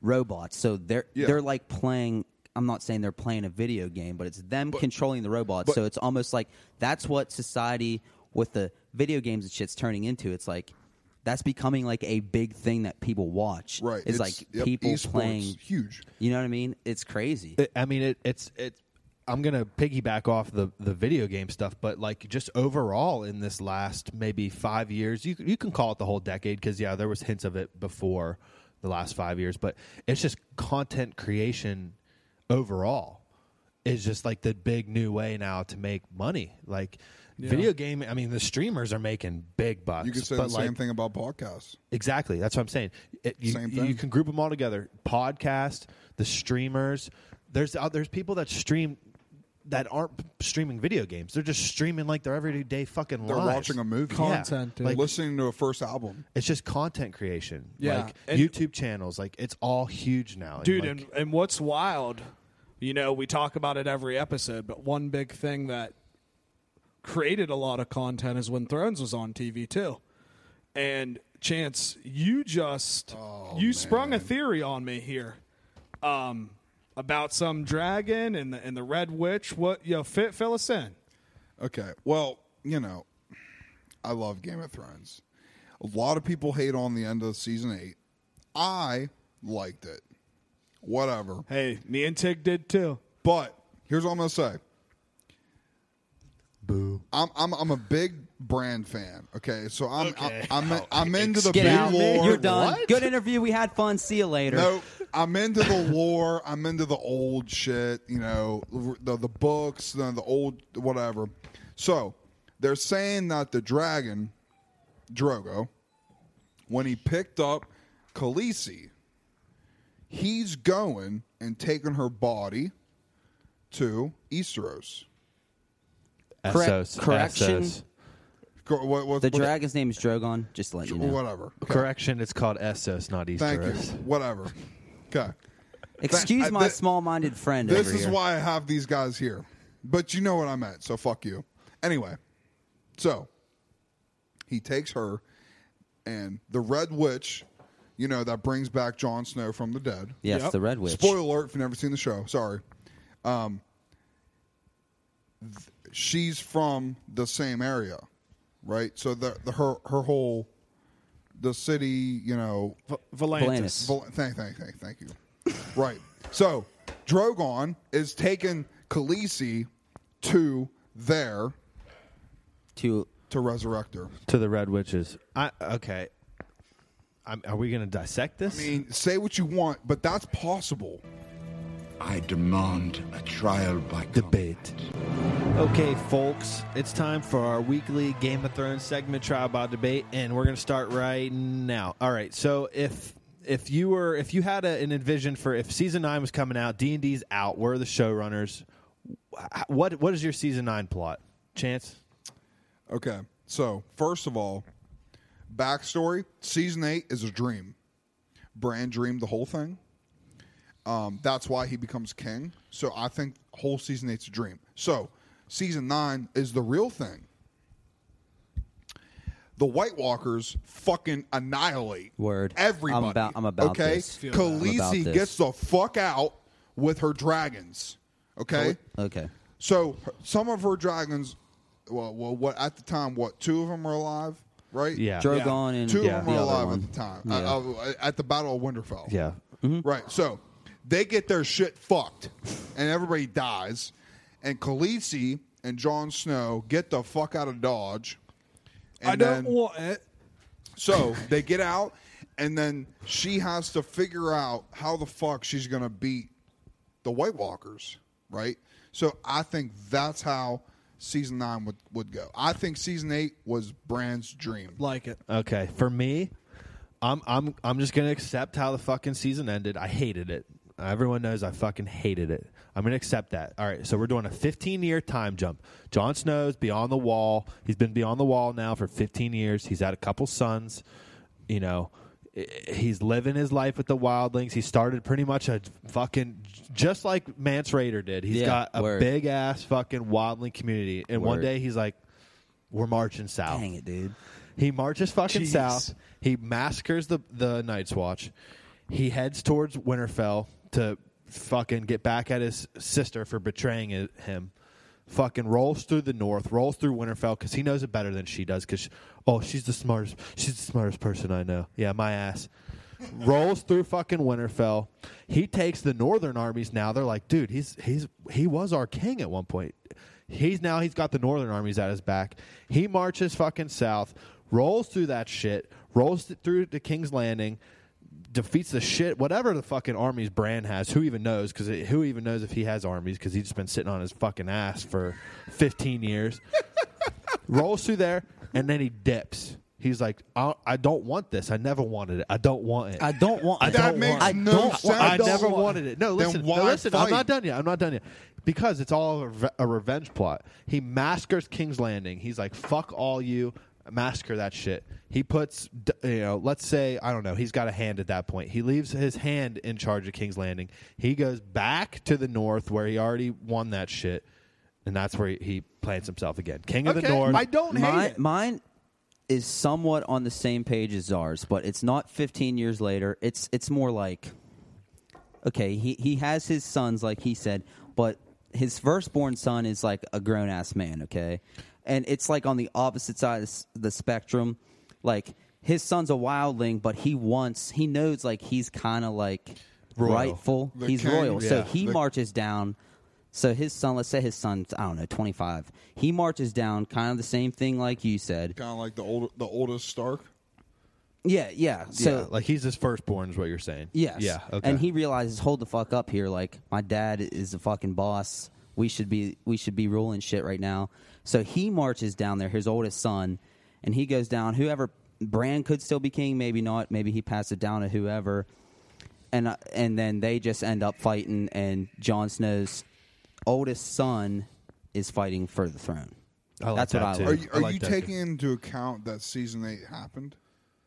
robots. So they're Yeah. they're like playing. I'm not saying they're playing a video game, but it's them controlling the robots. but- so it's almost like that's what society with the video games and shit's turning into. It's like that's becoming like a big thing that people watch. Right. It's, like yep, people esports, playing. huge. You know what I mean? It's crazy. it- I mean, it, it's it's. I'm gonna piggyback off the the video game stuff, but like just overall in this last maybe five years, you you can call it the whole decade because yeah, there was hints of it before the last five years, but it's just content creation overall is just like the big new way now to make money. Like video game, I mean, the streamers are making big bucks. You could say but the same like, thing about podcasts. Exactly. That's what I'm saying. It- you, Same you thing. can group them all together. Podcast, the streamers. There's uh, there's people that stream that aren't p- streaming video games. They're just streaming like their everyday fucking They're lives. watching a movie. Content, dude. Like, Like listening to a first album. it's just content creation. Yeah. Like And- YouTube channels. Like it's all huge now. And, dude like, and, and what's wild you know we talk about it every episode but one big thing that created a lot of content is when thrones was on tv too and chance you just you sprung a theory on me here um about some dragon and the and the red witch what yo fit fill us in Okay. Well, you know, I love Game of Thrones. A lot of people hate on the end of season eight. I liked it. Whatever. hey me and tig did too But here's what I'm gonna say. Boo. I'm I'm I'm a big brand fan. Okay, so I'm I'm I'm, I'm into the Get big out. lore. You're done. Good interview. We had fun. See you later. No, I'm into the lore. I'm into the old shit. You know, the the books, the, the old whatever. So they're saying that the dragon, Drogo, when he picked up Khaleesi, he's going and taking her body to Easteros. Correct- Essos, correction. Essos. Go- What, what, The what- dragon's name is Drogon. Just to let you know. Whatever. Correction. It's called Essos, not Easter. Thank you. Whatever. Okay. Excuse I- my that- small-minded friend. This over is here. why I have these guys here. But you know what I meant, so fuck you. Anyway, so he takes her, and the Red Witch, you know, that brings back Jon Snow from the dead. Yes, Yep. the Red Witch. Spoiler alert if you've never seen the show. Sorry. Um, th- she's from the same area, right? So the, the her her whole the city, you know, V- Volantis. Volantis. Vol- thank, thank, thank, thank you. right. So Drogon is taking Khaleesi to there To to resurrect her. To the Red Witches. I okay. I'm, are we going to dissect this? I mean, say what you want, but that's possible. <laughs> I demand a trial by debate. Okay, folks, it's time for our weekly Game of Thrones segment trial by debate, and we're gonna start right now. All right, so if if you were if you had a, an envision for if season nine was coming out, D and D's out, where are the showrunners? Wh- What what is your season nine plot? Chance? Okay. So, first of all, backstory season eight is a dream. Bran dreamed the whole thing. Um, that's why he becomes king. So, I think whole season eight's a dream. So, season nine is the real thing. The White Walkers fucking annihilate Word. everybody. I'm about- I'm about okay? this. Feel that. I'm Khaleesi about this. gets the fuck out with her dragons. Okay. okay. So her- some of her dragons, well, well, what at the time, what two of them were alive, right? Yeah. Drogon and two yeah, of the them were other alive one. at the time Yeah. uh, uh, at the Battle of Winterfell. Yeah. Mm-hmm. right. So they get their shit fucked, and everybody dies, and Khaleesi and Jon Snow get the fuck out of Dodge. And i don't then- want it so they get out, and then she has to figure out how the fuck she's going to beat the White Walkers, right? So I think that's how season nine would, would go. I think season eight was Brand's dream. like it Okay, for me, I'm I'm I'm just gonna accept how the fucking season ended. I hated it. Everyone knows I fucking hated it. I'm gonna accept that. All right, so we're doing a 15 year time jump. Jon Snow's beyond the wall. He's been beyond the wall now for 15 years. He's had a couple sons. You know, he's living his life with the wildlings. He started pretty much a fucking just like Mance Raider did. He's Yeah, got a word. big ass fucking wildling community, and one Word. day he's like, "We're marching south." Dang it, dude. He marches fucking Jeez. south. He massacres the the Night's Watch. He heads towards Winterfell to fucking get back at his sister for betraying it, him. Fucking rolls through the north, rolls through Winterfell because he knows it better than she does. Because oh, she's the smartest. She's the smartest person I know. Yeah, my ass. rolls through fucking Winterfell. He takes the northern armies now. They're like, dude, he's he's he was our king at one point. He's now he's got the northern armies at his back. He marches fucking south, rolls through that shit, rolls th- through to King's Landing, defeats the shit whatever the fucking armies Bran has. Who even knows? Because who even knows if he has armies? Because he's just been sitting on his fucking ass for fifteen years. rolls through there and then he dips. He's like, I, I don't want this. I never wanted it. I don't want it. I don't want. I That don't makes want, I no don't sense. want- I, I don't never want- wanted it. No, Then listen. why No, listen. I'm fight? not done yet. I'm not done yet. Because it's all a, re- a revenge plot. He massacres King's Landing. He's like, fuck all you. Massacre that shit. He puts, d- you know, let's say, I don't know, he's got a hand at that point. He leaves his hand in charge of King's Landing. He goes back to the north where he already won that shit. And that's where he, he plants himself again. King of the north. I don't hate mine, it. mine is somewhat on the same page as ours, but it's not 15 years later. It's it's more like okay, he he has his sons, like he said, but his firstborn son is like a grown ass man, okay, and it's like on the opposite side of s- the spectrum, like. His son's a wildling, but he wants, he knows like he's kind of like Royal. rightful. The he's king, royal. So yeah. he The- marches down. So his son, let's say his son's, I don't know, 25. He marches down, kind of the same thing like you said. Kind of like the old, the oldest Stark. Yeah, yeah. So, yeah, like he's his firstborn, is what you're saying. yes. Yeah. Okay. And he realizes, hold the fuck up here. Like, my dad is the fucking boss. We should be, we should be ruling shit right now. So he marches down there, his oldest son, and he goes down. Whoever, Bran could still be king, maybe not. Maybe he passed it down to whoever. and uh, and then they just end up fighting, and Jon Snow's oldest son is fighting for the throne. I like That's that what too. I Are like. you, I are like you that too. taking into account that season eight happened?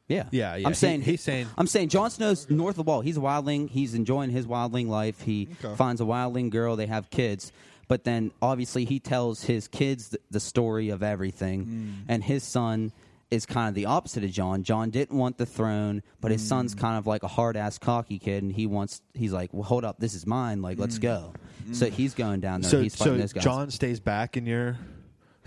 Yeah, Yeah, yeah. I'm He- saying he's saying- I'm saying Jon Snow's north of the wall. He's a wildling. He's enjoying his wildling life. He Okay. finds a wildling girl. They have kids. But then obviously he tells his kids th- the story of everything, Mm. and his son is kind of the opposite of John. John didn't want the throne, but his son's Mm. kind of like a hard ass cocky kid, and he wants. He's like, well, hold up, this is mine. Like, let's go. So he's going down there. Mm. so, he's fighting so those guys. John stays back in your.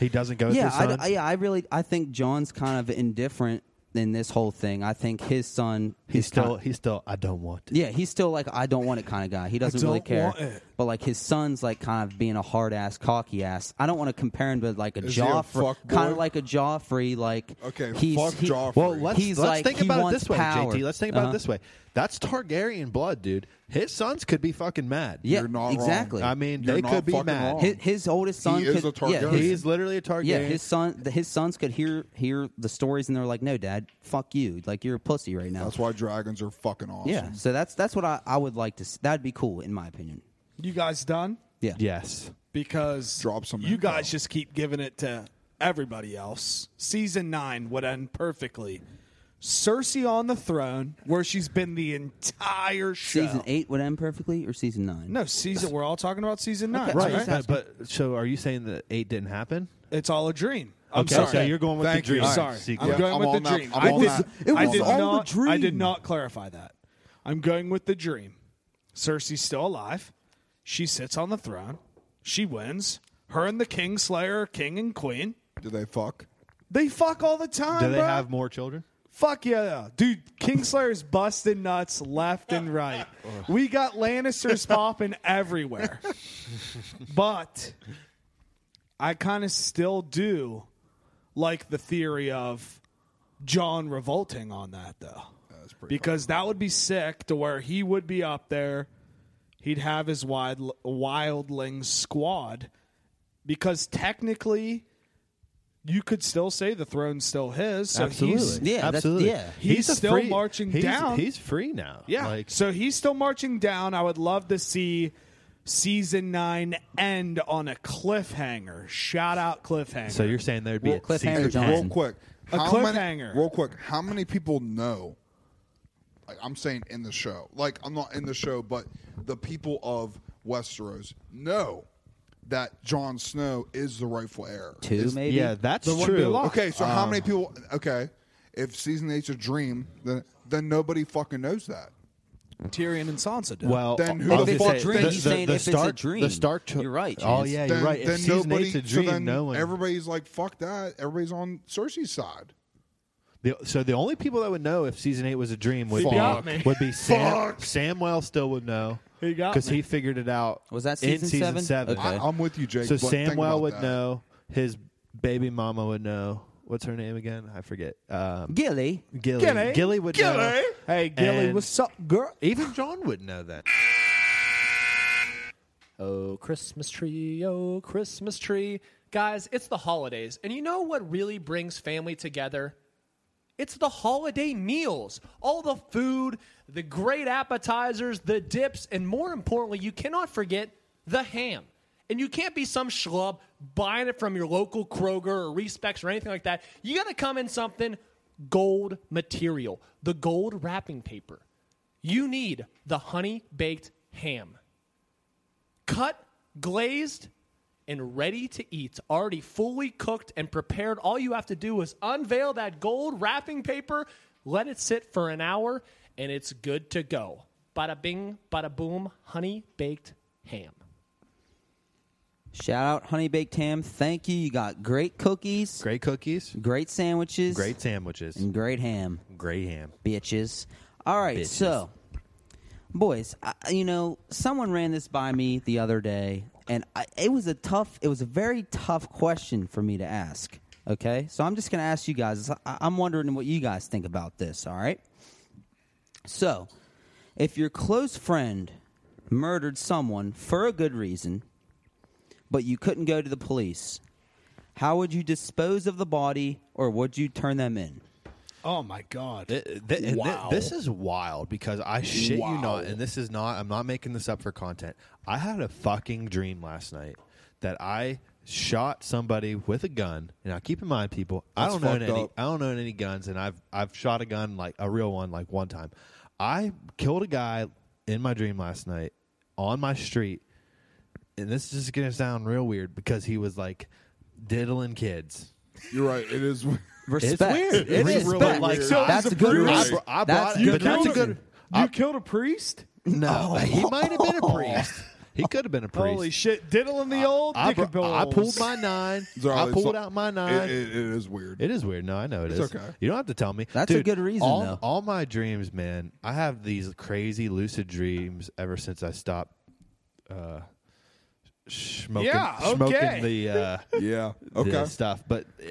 He doesn't go. with Yeah, his I, son? I- yeah, I really, I think John's kind of indifferent in this whole thing. I think his son, he's is kind- still. he's still. I don't want. It. yeah, he's still like I don't want it kind of guy. He doesn't really don't care. want it. But like his son's like kind of being a hard ass, cocky ass. I don't want to compare him to like a Is he a Joffrey, fuck boy? kind of like a Joffrey. Like Okay, he's, fuck he- Joffrey. Well, let's He's let's like, think he about it wants this way, power. JT. Let's think about Uh-huh. it this way. That's Targaryen blood, dude. His sons could be fucking mad. Yeah, You're not wrong. exactly. I mean, You're they not could be fucking mad. wrong. his, his oldest son is could, a yeah, Targaryen. his, He's literally a Targaryen. yeah, his son, his sons could hear hear the stories, and they're like, "No, Dad, fuck you! Like you're a pussy right now." That's why dragons are fucking awesome. Yeah, so that's that's what I, I would like to. See. That'd be cool, in my opinion. You guys done? Yeah, yes. Because Drop some you info. guys just keep giving it to everybody else. Season nine would end perfectly. Cersei on the throne, where she's been the entire show. Season eight would end perfectly, or season nine? No, season. We're all talking about season nine, Right. right? But, but so are you saying that eight didn't happen? It's all a dream. I'm okay, sorry. so you're going with Thank the you. dream. All right. Sorry, sequence. I'm Yeah, going I'm with on the that. dream. I'm I on did, that. It I was did all a not, I did dream. not clarify that. I'm going with the dream. Cersei's still alive. She sits on the throne. She wins. Her and the Kingslayer, are king and queen, Do they fuck? they fuck all the time. Do they bruh. have more children? Fuck yeah, dude! Kingslayer's busting nuts left and right. We got Lannisters popping everywhere, but I kind of still do like the theory of John revolting on that though, because that would be sick to where he would be up there. He'd have his wild wildling squad, because technically. You could still say the throne's still his, so he's Absolutely. Yeah, that's- Absolutely. yeah. He's a still free- marching he's- down. He's free now. Yeah. Like, so he's still marching down. I would love to see season nine end on a cliffhanger. Shout out cliffhanger. so you're saying there'd be Well, a cliffhanger Hey, season Johnson. real quick, A how many- cliffhanger. real quick, how many people know I- I'm saying in the show. Like I'm not in the show, but the people of Westeros know that Jon Snow is the rightful heir. Two Is- maybe. Yeah, that's There wouldn't be a true. lot. Okay, so how Um. many people? Okay, if season eight's a dream, then then nobody fucking knows that. Tyrion and Sansa did. Well, Then who I was the gonna fuck say, dream? the- He's the- saying the if it's a Stark- dream. The Stark. cho- You're right, Oh Chance. yeah, Then, you're right. then If season nobody. eight's a so dream, then no one. everybody's like, "Fuck that!" Everybody's on Cersei's side. The, so the only people that would know if season eight was a dream would Fuck. Got be me. would be Sam. Fuck. Samwell still would know He got because me. he figured it out. Was that in season season seven? Okay. I, I'm with you, Jake. So but think Samwell about would that. know. His baby mama would know. What's her name again? I forget. Um, Gilly. Gilly. Gilly. would know. Hey, Gilly, And- what's up, girl? Even John would know that. Oh, Christmas tree, oh, Christmas tree. Guys, it's the holidays. And you know what really brings family together? It's the holiday meals. All the food, the great appetizers, the dips, and more importantly, you cannot forget the ham. And you can't be some schlub buying it from your local Kroger or Respecs or anything like that. You got to come in something gold material, the gold wrapping paper. You need the honey baked ham cut, glazed, and ready to eat, already fully cooked and prepared. All you have to do is unveil that gold wrapping paper, let it sit for an hour, and it's good to go. Bada bing, bada boom, honey baked ham. Shout out Honey Baked Ham. Thank you. You got great cookies, Great cookies. great sandwiches, Great sandwiches. and great ham. Great ham. bitches. All right, so boys, I, you know, someone ran this by me the other day, and I, it was a tough, it was a very tough question for me to ask. Okay, so I'm just going to ask you guys. I, I'm wondering what you guys think about this. All right, so if your close friend murdered someone for a good reason, but you couldn't go to the police. How would you dispose of the body, or would you turn them in? Oh my God! Th- th- and thi- this is wild because I shit you not, and this is not. I'm not making this up for content. I had a fucking dream last night that I shot somebody with a gun. Now, keep in mind, people, I That's don't own fucked any. up. I don't own any guns, and I've I've shot a gun like a real one like one time. I killed a guy in my dream last night on my street, and this is gonna sound real weird because he was like diddling kids. You're right. It is. Respect. weird. It Respect. is really Like, weird. so that's it's a a good priest. reason. I br- I that's brought- good but that's a reason. good- you killed a priest? No, he might have been a priest. Oh, <laughs> He could have been a priest. Holy shit! Diddling the old I, br- dickabills. I pulled my nine. I Zarly, pulled so- out my It, nine. it- it is weird. it is weird. No, I know it It's is. okay. You don't have to tell me. That's a Dude, good reason, All, though. all my dreams, man. I have these crazy lucid dreams ever since I stopped uh, smoking, Yeah, okay. smoking the, uh, <laughs> yeah. the Okay. stuff. But eh,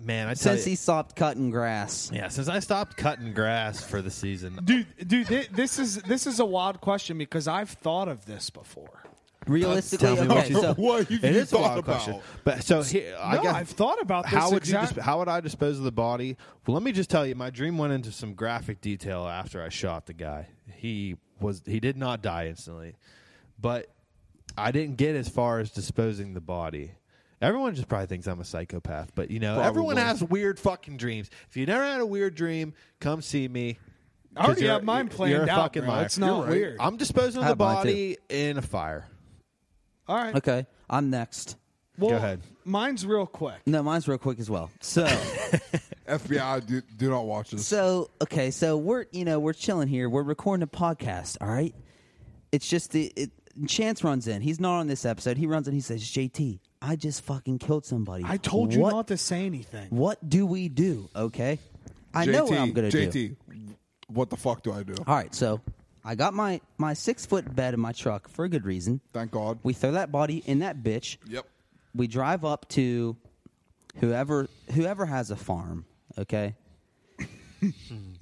man, I tell Oh, Since he you, stopped cutting grass, yeah, since I stopped cutting grass for the season, dude. Dude, thi- this is this is a wild question because I've thought of this before. realistically, tell me what okay, you- so what you, It you is a thought wild about? question. But so here, I no, guess, I've thought about this how would you exact- dis- how would I dispose of the body? Well, let me just tell you, my dream went into some graphic detail after I shot the guy. He was he did not die instantly, but I didn't get as far as disposing the body. Everyone just probably thinks I'm a psychopath, but you know, everyone Probably. has weird fucking dreams. If you never had a weird dream, come see me. I already 'Cause you're- have mine you're- planned you're a out, fucking bro. liar. It's not You're right. weird. I'm disposing of I the have mine, body in a fire. All right. okay, I'm next. Well, ahead. Mine's real quick. No, mine's real quick as well. So, FBI, do, do not watch this. so okay, so we're you know we're chilling here. We're recording a podcast. All right, it's just the it, Chance runs in. He's not on this episode. He runs in. He says, "JT, I just fucking killed somebody. I told you What- not to say anything. What do we do? Okay, I JT, know what I'm gonna do. JT, what the fuck do I do? All right, so I got my my six foot bed in my truck for a good reason. Thank God. We throw that body in that bitch. Yep. We drive up to whoever whoever has a farm. <laughs> Okay.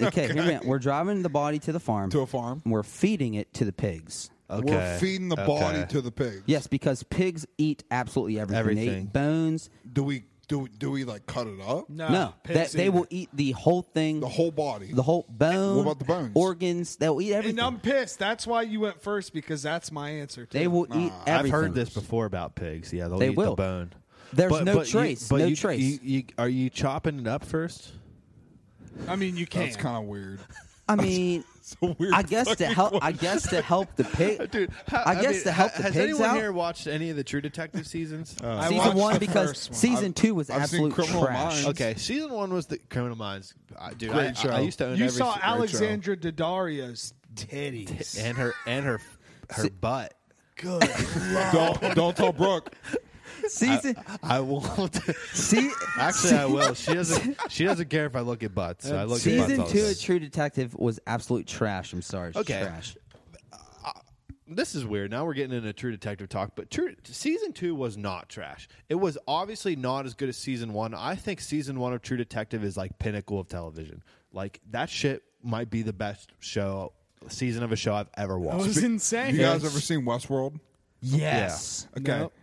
okay, Here we are. we're driving the body to the farm. To a farm. We're feeding it to the pigs. We're feeding the body to the pigs. Yes, because pigs eat absolutely everything. They Everything. eat bones. Do we do do we like cut it up? No, no, that, pigs they eat will it. eat the whole thing. The whole body. The whole bone. What about the bones? Organs. They'll eat everything. And I'm pissed. That's why you went first because that's my answer. Too. they will eat everything. I've heard this before about pigs. Yeah, they'll They eat will. the bone. There's no trace, You, but no you, trace. You, you, are you chopping it up first? I mean, you That's <laughs> can't. kind of weird. I mean, It's a <laughs> weird. I guess to fucking help. question. I guess to help the pig. Dude, how- I guess mean, to help ha- the has pigs anyone out. here watched any of the True Detective <laughs> seasons? season watched one the because first one. season two was I've seen absolute Criminal trash. <laughs> Minds. okay, season one was the Criminal Minds. I, dude, Great I, show. I, I used to own You every saw se- Alexandra Daddario's titties. and her and her her butt. Don't don't tell Brooke. Season I won't. <laughs> see Actually, I will. She doesn't. She doesn't care if I look at butts. I look at season butts all two day. of True Detective was absolute trash. I'm sorry, it's Okay. trash. this is weird. Now we're getting into True Detective talk, but True season two was not trash. It was obviously not as good as season one. I think season one of True Detective is like pinnacle of television. Like that shit might be the best show season of a show I've ever That watched. was insane. You guys ever seen Westworld? Yes, Okay. Nope.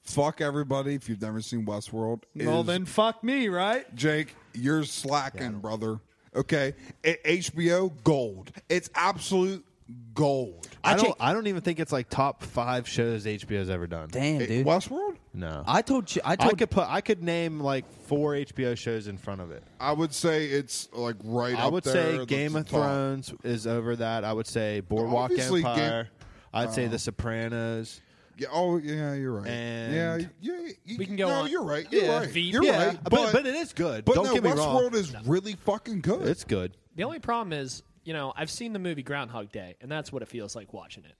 Fuck everybody if you've never seen Westworld. Well, Is- then fuck me, right? Jake, you're slacking, brother. Okay, A- HBO gold. It's absolute gold. I don't. I don't even think it's like top five shows HBO's ever done. damn It- dude. Westworld. No, I, I told you. I told could put. I could name like four HBO shows in front of it. I would say it's like right. I up would there say at Game the of top. Thrones is over that. I would say Boardwalk Obviously, Game- Oh. Empire. I'd say The Sopranos. Yeah, oh yeah, you're right. And- yeah, yeah, you, We can go No, on. you're right. You're Yeah. right. Veep. You're Yeah, right. but- but it is good. But Don't no, get me wrong. Westworld is really fucking good. It's good. The only problem is, you know, I've seen the movie Groundhog Day, and that's what it feels like watching it.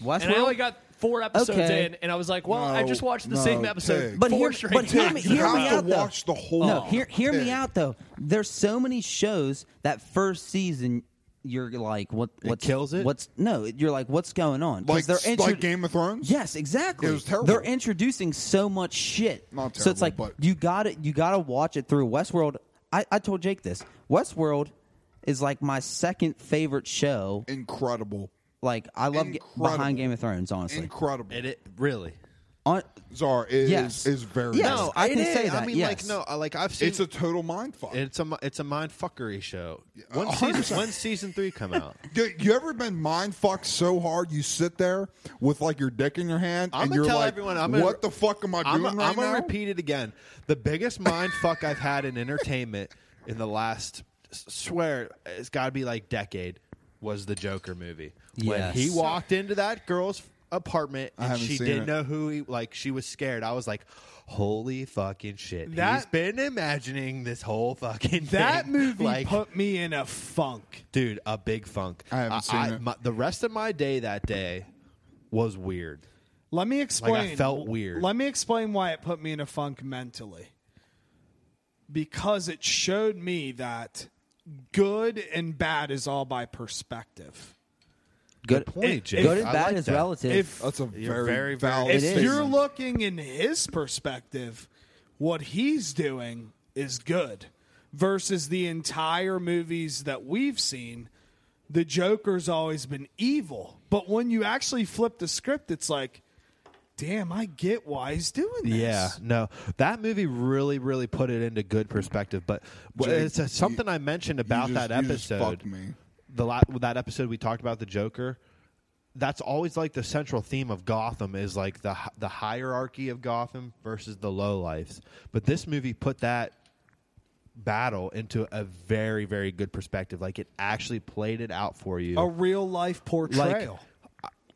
you. Westworld. And I only got four episodes Okay. in, and I was like, well, I No, just watched the no, same episode Tig. but four hear, straight but hear me, times. You hear me have to out though. watch the whole No, hear, hear me thing. out though. There's so many shows that first season you're like, what? What kills it? What's no? You're like, what's going on? 'Cause like they're s- like Game of Thrones. Yes, exactly. It was terrible. They're introducing so much shit. Not so it's terrible, like but- you got to You got to watch it through. Westworld. I, I told Jake this. Westworld is like my second favorite show. incredible, Like I love Ga- behind Incredible. Game of Thrones. Honestly, incredible. It, it really. On, Czar is Yes. is very. Yes. good. I It can is. say that, I mean, yes. like no, I- like I've seen. it's a total mind fuck. It's a mi- it's a mind fuckery show. a When hundred season percent. when season three come <laughs> out, You, you ever been mind fucked so hard you sit there with like your dick in your hand I'm and gonna you're tell like, everyone. I'm gonna, "What the fuck am I I'm doing gonna- right I'm gonna now?" repeat it again. The biggest mind fuck I've had in entertainment in the last s- swear it's got to be like decade was the Joker movie when Yes. he walked into that girl's apartment and haven't she seen didn't it. know who he like she was scared i was like holy fucking shit he's That- been imagining this whole fucking That thing. movie <laughs> like put me in a funk. dude, a big funk. I haven't seen it. my- the rest of my day that day was weird. Let me explain. felt weird. Let me explain why it put me in a funk mentally. Because it showed me that good and bad is all by perspective. good point, it- Jake. Good and I bad like is that. relative. If That's a You're very, very, very- valid. if is. you're statement. looking in his perspective, what he's doing is good versus the entire movies that we've seen. The Joker's always been evil, but when you actually flip the script, it's like, damn, I get why he's doing this. Yeah, no, that movie really, really put it into good perspective. But wh- Jake, it's uh something I mentioned about just- that you just episode. fucked me. The la- that episode we talked about the Joker. That's always like the central theme of Gotham is like the hi- the hierarchy of Gotham versus the low lifes. But this movie put that battle into a very very good perspective. Like it actually played it out for you. a real life portrayal.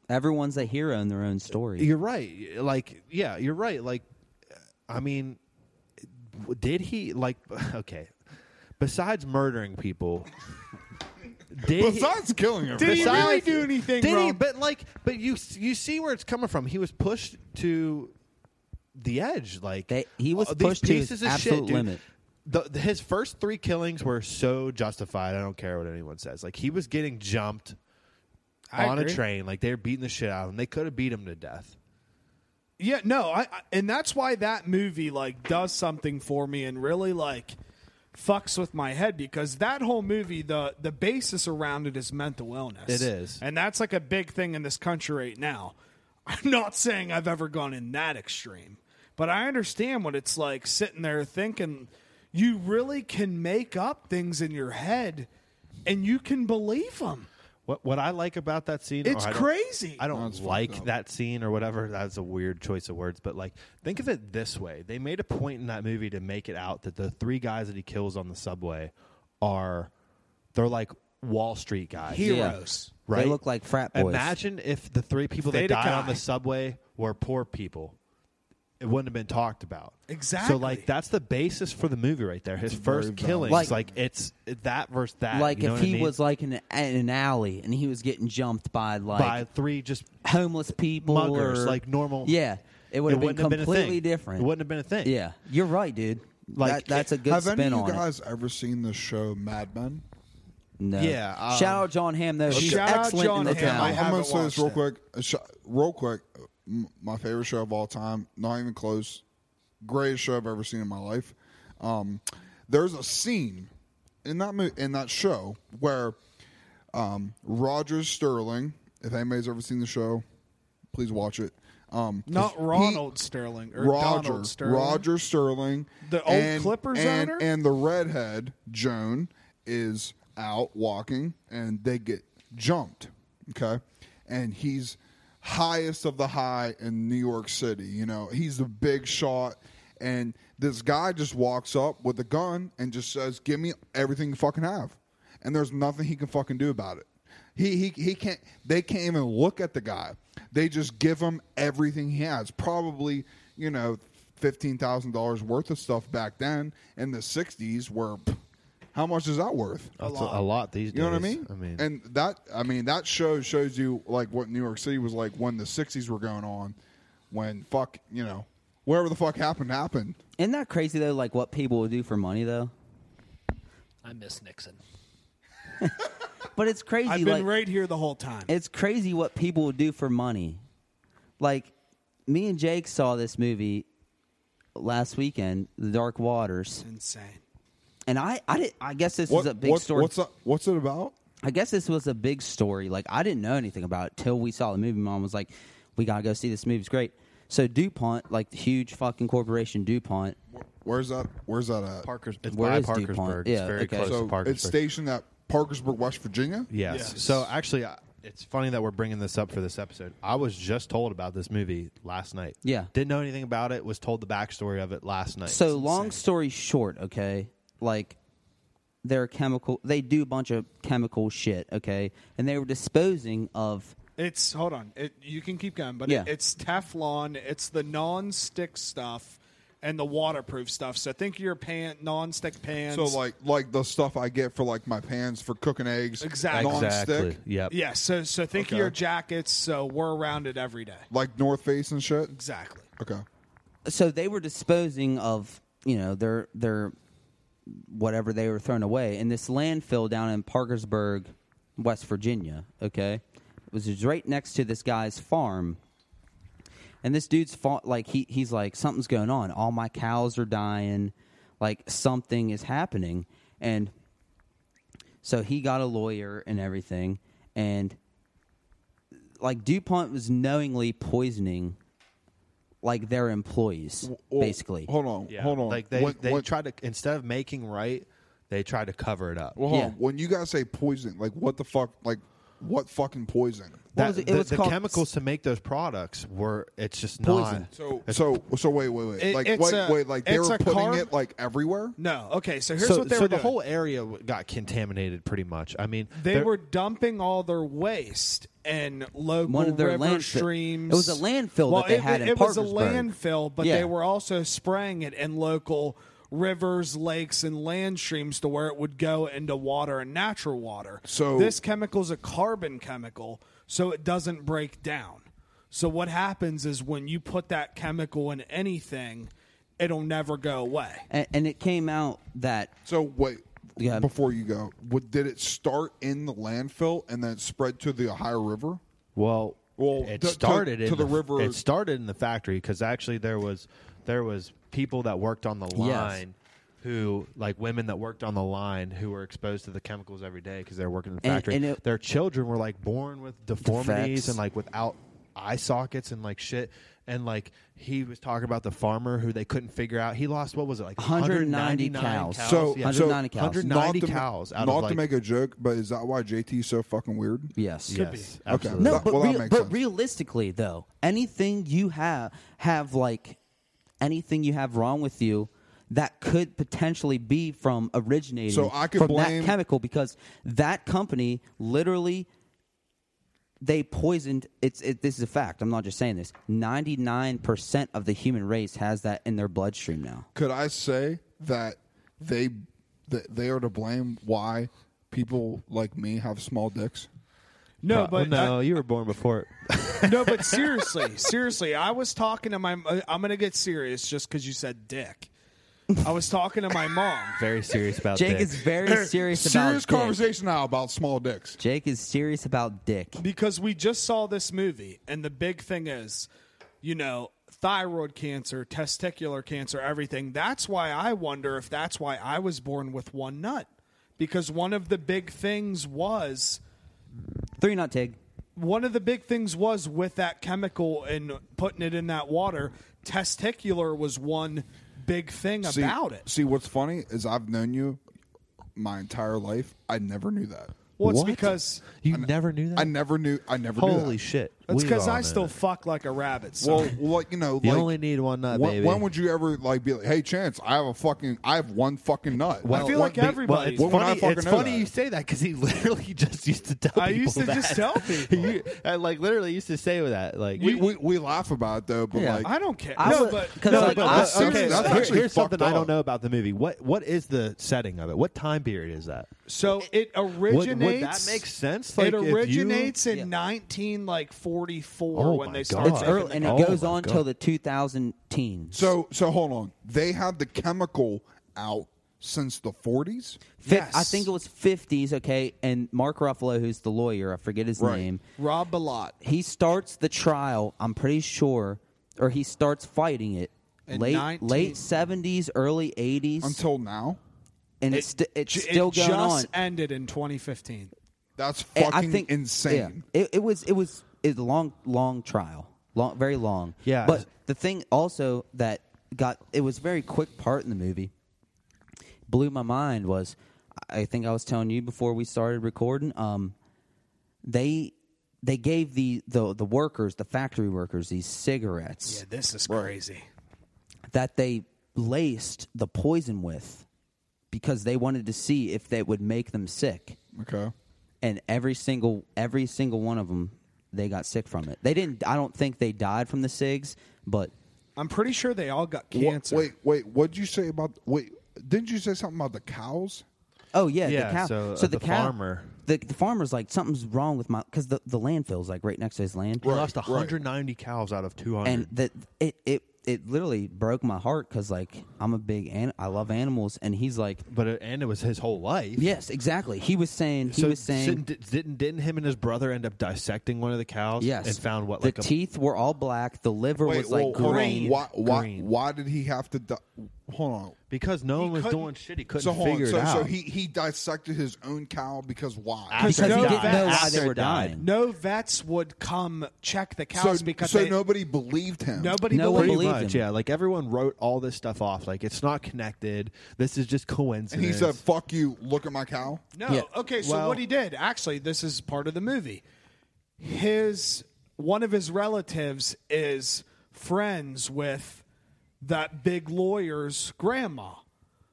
Everyone's a hero in their own story. You're right. Like, yeah, you're right. Like, I mean, did he like? <laughs> Okay, besides murdering people, did he- Besides <laughs> killing did everybody, he Besides- really do anything did wrong? he? But like, but you you see where it's coming from. He was pushed to the edge. Like They- he was uh, these pushed to his pieces of absolute shit, dude. limit. The, the- his first three killings were so justified. I don't care what anyone says. Like he was getting jumped I on agree. a train. Like they were beating the shit out of him. They could have beat him to death. Yeah, no, I, I and that's why that movie like does something for me and really like fucks with my head because that whole movie the the basis around it is mental illness. It is. And that's like a big thing in this country right now. <laughs> I'm not saying I've ever gone in that extreme, but I understand what it's like sitting there thinking you really can make up things in your head and you can believe them. What what I like about that scene, It's or I don't- crazy. I don't like that scene or whatever. That's a weird choice of words, but like, think of it this way: they made a point in that movie to make it out that the three guys that he kills on the subway are they're like Wall Street guys. Heroes. Right? They look like frat boys. Imagine if the three people They'd that died die. on the subway were poor people. It wouldn't have been talked about. Exactly. So like that's the basis for the movie right there. His first killings. Like- Like, it's that versus that. like you know if what I he mean? was like in, in an alley and he was getting jumped by like by three just homeless people muggers, or like normal. Yeah, it would it have been wouldn't have been a thing. completely different. It wouldn't have been a thing. Yeah, you're right, dude. Like, That- that's a good Have spin any of on you it. guys ever seen the show Mad Men? No. Yeah, um, shout out John Hamm though. He's Shout out excellent John in the Hamm. town. I I'm haven't gonna say this watched real it. quick. A sh- real quick, m- my favorite show of all time. Not even close. Greatest show I've ever seen in my life. Um, there's a scene in that mo- in that show where um, Roger Sterling. If anybody's ever seen the show, please watch it. Um, Not he- Ronald Sterling or Roger, Donald Sterling. Roger Sterling, The old Clippers and, owner? and the redhead Joan is out walking, and they get jumped. Okay, and he's highest of the high in New York City. You know, he's the big shot, and this guy just walks up with a gun and just says, "Give me everything you fucking have," and there's nothing he can fucking do about it. He, he, he can't. They can't even look at the guy. They just give him everything he has. Probably, you know, fifteen thousand dollars worth of stuff back then in the '60s. Where, pff, how much is that worth? That's a, a lot these days. You know what I mean? I mean, and that I mean that show shows you like what New York City was like when the '60s were going on. When fuck, you know, wherever the fuck happened happened. Isn't that crazy though? Like what people will do for money though. I miss Nixon. But it's crazy. I've like, been right here the whole time. it's crazy what people will do for money. Like me and Jake saw this movie last weekend, The Dark Waters, insane. and I I did I guess this was What, a big what- story. What's up, what's it about? I guess this was a big story. Like I didn't know anything about it till we saw the movie. Mom was like, "We gotta go see this movie. It's great." So DuPont, like the huge fucking corporation DuPont, Where's that? Where's that at? Parker's. It's Where by is Parkersburg. DuPont? It's Yeah, very okay. close so to Parkersburg. it's stationed at Parkersburg, West Virginia. Yes. Yes. So actually, I- it's funny that we're bringing this up for this episode. I was just told about this movie last night. Yeah. Didn't know anything about it. Was told the backstory of it last night. So long story short, okay, like they're chemical. They do a bunch of chemical shit, okay, and they were disposing of It's hold on. It, you can keep going, but Yeah. it, it's Teflon. It's the non-stick stuff and the waterproof stuff. So think your pan non-stick pans. So like like the stuff I get for like my pans for cooking eggs, Exactly. nonstick, exactly. Yep. yeah. So so think of Okay. your jackets. So we're around it every day. like North Face and shit. Exactly. Okay, so they were disposing of you know their their whatever they were throwing away in this landfill down in Parkersburg, West Virginia. Okay, it was just right next to this guy's farm, and this dude's fa- like he he's like something's going on. All my cows are dying, like something is happening, and so he got a lawyer and everything, and like DuPont was knowingly poisoning like their employees Well, basically. Hold on, Yeah. hold on. Like they When- they when- tried to instead of making right, they tried to cover it up. Well, hold Yeah. on. When you guys say poison, like what the fuck? Like what fucking poison? What That- was it? It the, was the called- chemicals to make those products were it's just Poison. not So so so wait wait wait. It- like it's wait a- wait like they it's were a putting car- it like everywhere. No. Okay. So here's so, what they so were the doing. whole area w- got contaminated pretty much. I mean, they there- were dumping all their waste in local One of their river landfill- streams. It was a landfill well, that they it, had it, in was a Parkersburg. landfill, but Yeah. they were also spraying it in local rivers, lakes, and land streams to where it would go into water and natural water. So- this chemical is a carbon chemical, so it doesn't break down. So what happens is when you put that chemical in anything, it'll never go away. and, and it came out that So wait. Yeah. Before you go, what, did it start in the landfill and then spread to the Ohio River? Well, Well, it to- to- started in to the river- It started in the factory because actually there was there was people that worked on the line who like women that worked on the line who were exposed to the chemicals every day because they were working in the And- factory. and it- Their children were like born with deformities Defects. and like without eye sockets and like shit. And like he was talking about the farmer who they couldn't figure out. He lost what was it like 190 cows. So, Yeah. so 190 cows. 190 not to, ma- cows out not of like to make a joke, but is that why JT's so fucking weird? yes, yes, Okay. absolutely. no, That- but well, that real- makes but sense. realistically though, anything you have have like anything you have wrong with you, that could potentially be from originating So I could from blame- that chemical because that company literally they poisoned it's it, this is a fact i'm not just saying this 99% of the human race has that in their bloodstream now could I say that they that they are to blame why people like me have small dicks? No, Uh, Well, but no, you were born before it. no, but seriously, seriously, I was talking to my. uh, I'm gonna get serious just because you said dick. I was talking to my mom. Very serious about jake dicks. is very serious about Serious dick. conversation now about small dicks. jake is serious about dick because we just saw this movie and the big thing is you know thyroid cancer testicular cancer everything that's why i wonder if that's why i was born with one nut because one of the big things was three not tig one of the big things was with that chemical and putting it in that water testicular was one big thing See- about it See, what's funny is I've known you my entire life. I never knew that. well it's What? because you never knew that. I never knew. I never. knew Holy that. shit! that's We because all i know still that. fuck like a rabbit so Well, like you know, You like, only need one nut, when, baby. When would you ever like be like, "Hey, Chance, I have a fucking, I have one fucking nut." i feel like well, everybody it's When would I funny, fucking it's know funny that? you say that because he <laughs> literally just used to tell I people used to just that. tell <laughs> people. You- I, like literally used to say that. Like <laughs> we, we we laugh about it though, but Yeah. like, i don't care I no would- but 'cause, no, like, but I- that's okay, serious. that's Here- actually here's something fucked I up. don't know about the movie. What what is the setting of it? What time period is that? So it originates. Would, would that make sense? it if you- originates in Yeah. nineteen like forty four Oh when my they God. started. It's making early, the and it Oh goes my on God. till the 2000 teens So so hold on. They had the chemical out since the 40s. Fif- i think it was 50s okay and mark ruffalo who's the lawyer i forget his Right. name Rob Bellot. he starts the trial. I'm pretty sure, or he starts fighting it In late 19 late 70s, early 80s, Until now, and it's st- it's J- still it going on. just ended in twenty fifteen. that's And fucking insane. yeah. it, it was it was it was a long long trial, long very long. Yeah. But the thing also that got it was a very quick part in the movie. Blew my mind was I think I was telling you before we started recording. Um, they they gave the the the workers the factory workers these cigarettes. this is crazy. that they laced the poison with because they wanted to see if that would make them sick. Okay. And every single every single one of them they got sick from it. They didn't I don't think they died from the SIGs, but I'm pretty sure they all got Wha- cancer. wait, wait. What'd you say about? Wait, didn't you say something about the cows? oh yeah, Yeah, the cow. so, uh, the, the cow, farmer- the, the farmer's like something's wrong with my cuz the the landfill's like right next to his land. He lost Right, right. 190 cows out of 200. and that it it it literally broke my heart cuz like I'm a big an- I love animals and he's like but it, and it was his whole life. yes, exactly. He was saying he so was saying didn't, didn't didn't him and his brother end up dissecting one of the cows? Yes, and found what the like a teeth were all black. The liver Wait, was like well, hold on. green. Why, why, Green. why did he have to? Di- hold on. because no one was couldn't- doing shit. He couldn't So hold on. figure So, it out. so he he dissected his own cow because why? After Because he no didn't know why vets- they were died. dying. No vets would come check the so cows because so they, nobody believed him. nobody No one believed. Pretty believed much, him. yeah. Like everyone wrote all this stuff off. Like it's not connected. This is just And coincidence. he said, "Fuck you. Look at my cow." No. Yeah. Okay, so Well- what he did, actually, this is part of the movie. His one of his relatives is friends with that big lawyer's grandma.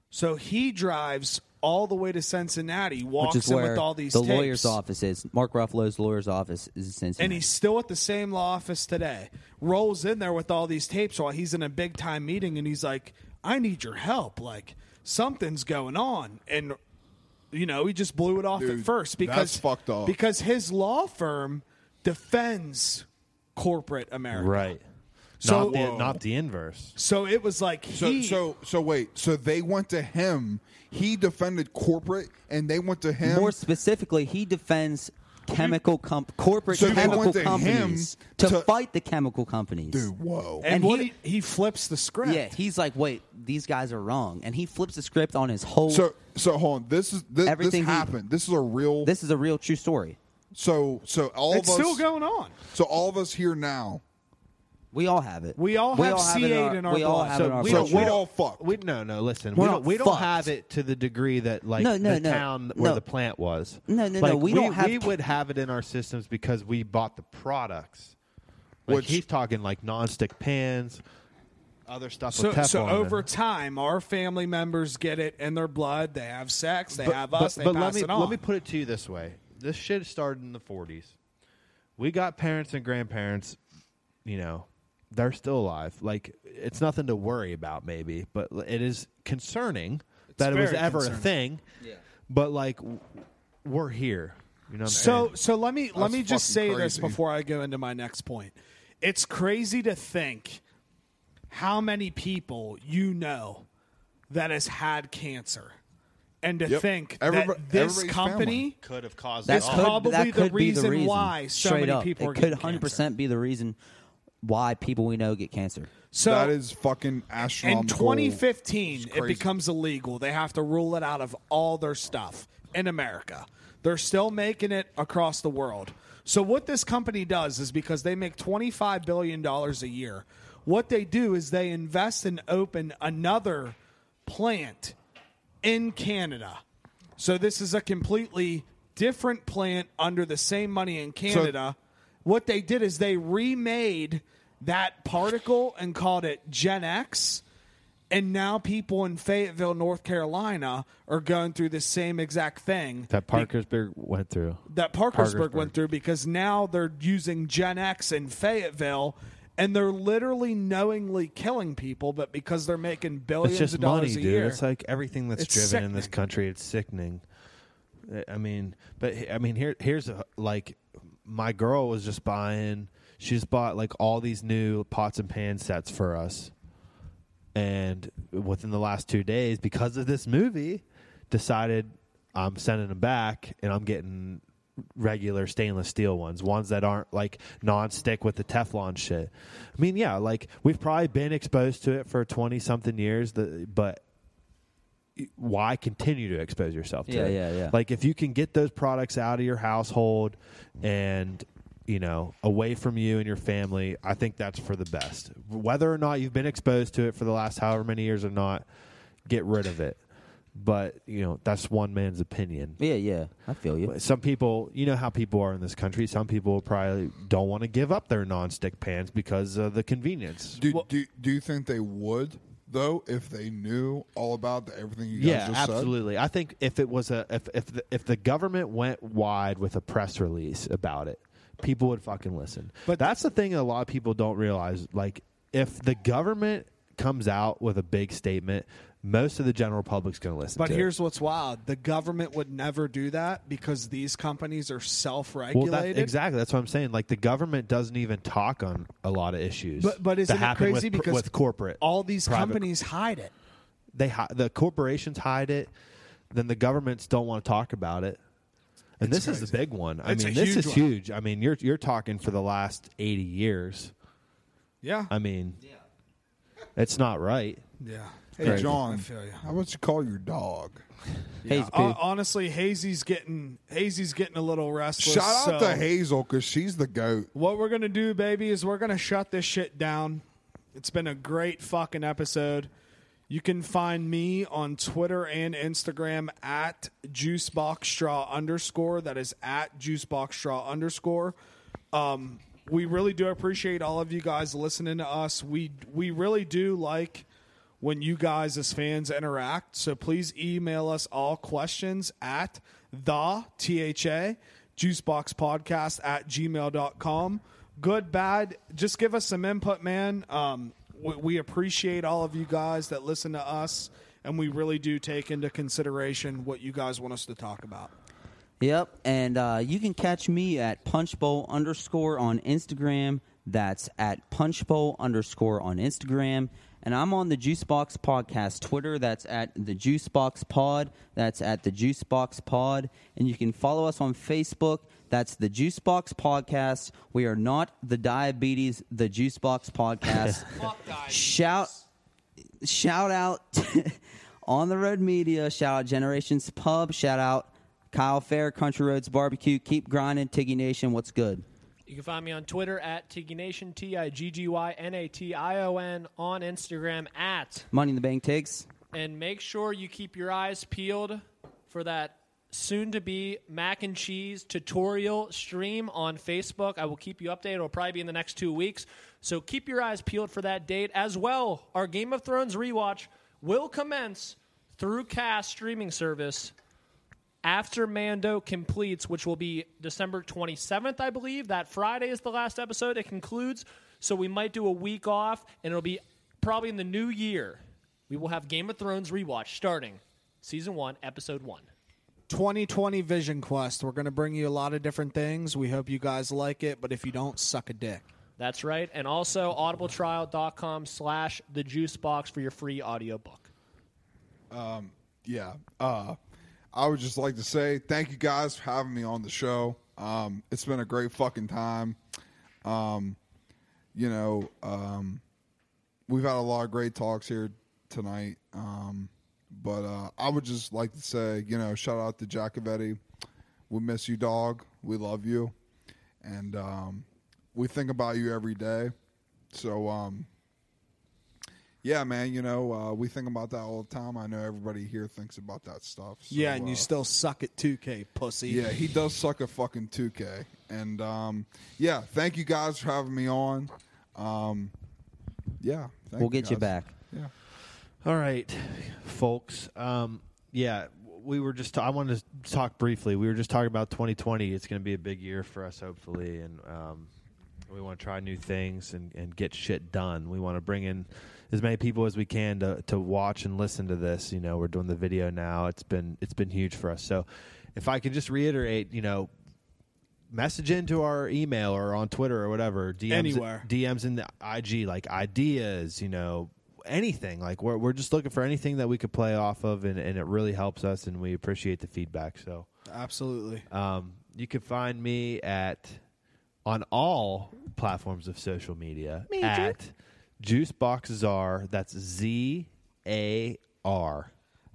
So he drives all the way to Cincinnati, walks Which is in where with all these the tapes, lawyer's office is. Mark Ruffalo's lawyer's office is in And Cincinnati. he's still at the same law office today. Rolls in there with all these tapes while he's in a big time meeting and he's like, I need your help. Like something's going on. And you know, he just blew it off Dude, at first because that's fucked up. Because his law firm defends corporate America. right. So- not the, Whoa. not the inverse. So it was like So he so so wait. So they went to him. He defended corporate, and they went to him. More specifically, he defends chemical comp- corporate So they chemical went to him companies to, to- fight the chemical companies. Dude, whoa. and, and what he- he, he flips the script. Yeah, he's like, wait, these guys are wrong, and he flips the script on his whole. So so hold on. This is this, this Everything he- happened. this is a real. this is a real true story. so so all it's of us. still going on. so all of us here now. We all have it. We all have it C8 in our We all blood. have So it in our we blood. don't- we don't- all fucked. We no no listen. We're we not don't, we don't fucked. have it to the degree that like No, no, the no. town No. where the plant was. No, no, no, like, we don't have We ca- would have it in our systems because we bought the products. Like Which- he's talking like nonstick pans, other stuff So, with Teflon. so in it. over time, our family members get it in their blood. They have sex. They have us. they pass let me it on. let me put it to you this way: this shit started in the '40s. We got parents and grandparents, you know, they're still alive. Like it's nothing to worry about, maybe, but l- it is concerning that it was very ever a concerning. thing. Yeah. But like, w- we're here. You know. What I'm So saying? so let me let That's me just say fucking this crazy. before I go into my next point. It's crazy to think how many people you know that has had cancer, and to Yep. think Everybo- that this everybody's company. could have caused That this. It's could, probably that the could be the reason reason why so Straight many up. people it are could getting 100% be the reason why people we know get cancer. So that is fucking astronomical. in 2015 It's it crazy. becomes illegal they have to rule it out of all their stuff in america they're still making it across the world so what this company does is because they make 25 billion dollars a year what they do is they invest and open another plant in Canada. So this is a completely different plant under the same money in Canada. what they did is they remade that particle and called it Gen X. And now people in Fayetteville, North Carolina are going through the same exact thing that Parkersburg went through. that Parkersburg went through because now they're using Gen X in Fayetteville and they're literally knowingly killing people, but because they're making billions It's just of money, dollars dude. a year. It's like everything that's It's driven in this country. It's sickening. I- I mean, but he- I mean, here, here's a, like my girl was just buying. She just bought like all these new pots and pan sets for us, and within the last two days, because of this movie, decided I'm sending them back, and I'm getting regular stainless steel ones, ones that aren't like non-stick with the Teflon shit. I mean, yeah, like we've probably been exposed to it for twenty something years, the, but why continue to expose yourself to Yeah, it? yeah, yeah. Like if you can get those products out of your household and you know away from you and your family, I think that's for the best. Whether or not you've been exposed to it for the last however many years or not, get rid of it. But you know that's one man's opinion. Yeah, yeah. I feel you. Some people, you know how people are in this country. Some people probably don't want to give up their non-stick pans because of the convenience. Do, do, do you think they would though if they knew all about the, everything you guys Yeah, just absolutely. I think if it was a if if the, if the government went wide with a press release about it, people would fucking listen. But that's the thing a lot of people don't realize. Like, if the government comes out with a big statement, most of the general public's going to listen. But to it. here's what's wild: the government would never do that because these companies are well, self-regulated. that, exactly. That's what I'm saying. Like the government doesn't even talk on a lot of issues. But but that isn't it happen with crazy pr- because with corporate all these private- companies hide it? they hi- the corporations hide it, then the governments don't want to talk about it. And this is the big one. I It's a mean, this huge is one. huge. I mean, you're you're talking for the last eighty years. Yeah, I mean, it's not right. yeah. said? Hey John, I feel you. how about you call your dog? Hey, Pete. Uh, honestly, Hazy's getting Hazy's getting a little restless. Shout out so to Hazel because she's the goat. What we're gonna do, baby, is we're gonna shut this shit down. It's been a great fucking episode. You can find me on Twitter and Instagram at juiceboxstraw underscore. That is at juiceboxstraw underscore. Um, we really do appreciate all of you guys listening to us. We we really do like when you guys as fans interact. So please email us all questions at the THA juiceboxpodcast at gmail.com. Good, bad, just give us some input, man. Um, we, we appreciate all of you guys that listen to us, and we really do take into consideration what you guys want us to talk about. Yep, and uh, you can catch me at punchbowl underscore on Instagram. That's at punchbowl underscore on Instagram. And I'm on the Juicebox Podcast Twitter. That's at the Juicebox Pod. That's at the Juicebox Pod. And you can follow us on Facebook. That's the Juicebox Podcast. We are not the Diabetes, the Juicebox Podcast. Shout shout out <laughs> on the road media shout out generations pub shout out kyle fair country roads barbecue keep grinding tiggy nation what's good You can find me on Twitter at Tiggy Nation, T I G G Y N A T I O N, on Instagram at. money in the bank takes And make sure you keep your eyes peeled for that soon to be mac and cheese tutorial stream on Facebook. I will keep you updated. It'll probably be in the next two weeks. So keep your eyes peeled for that date as well. Our Game of Thrones rewatch will commence through Cast streaming service after Mando completes, which will be December 27th, I believe. That Friday is the last episode. It concludes. So we might do a week off, and it'll be probably in the new year. We will have Game of Thrones rewatch starting season one, episode one. 2020 Vision Quest. We're going to bring you a lot of different things. We hope you guys like it, but if you don't, suck a dick. That's right. And also audibletrial.com slash the juice box for your free audiobook. yeah. Uh, I would just like to say thank you guys for having me on the show. Um, it's been a great fucking time. Um, you know, um, we've had a lot of great talks here tonight. Um, but uh, I would just like to say, you know, shout out to Jacobetti. We miss you, dog. We love you. And um, we think about you every day. So, um, yeah, man, you know, uh, we think about that all the time. I know everybody here thinks about that stuff. So, yeah, and you uh, still suck at 2K, pussy. yeah, he does suck a fucking 2K. And um, yeah, thank you guys for having me on. Um, yeah, thank We'll get you back. guys. Yeah. All right, folks. Um, yeah, we were just. I wanted to talk briefly. We were just talking about 2020. It's going to be a big year for us, hopefully, and um, we want to try new things and, and get shit done. We want to bring in as many people as we can to to watch and listen to this. You know, we're doing the video now. It's been it's been huge for us. So, if I could just reiterate, you know. Message into our email or on Twitter or whatever. DMs, Anywhere. DMs in the IG, like ideas, you know, anything. Like we're we're just looking for anything that we could play off of, and, and it really helps us, and we appreciate the feedback. So Absolutely. um, you can find me at on all platforms of social media at JuiceBoxZar. That's Z A R.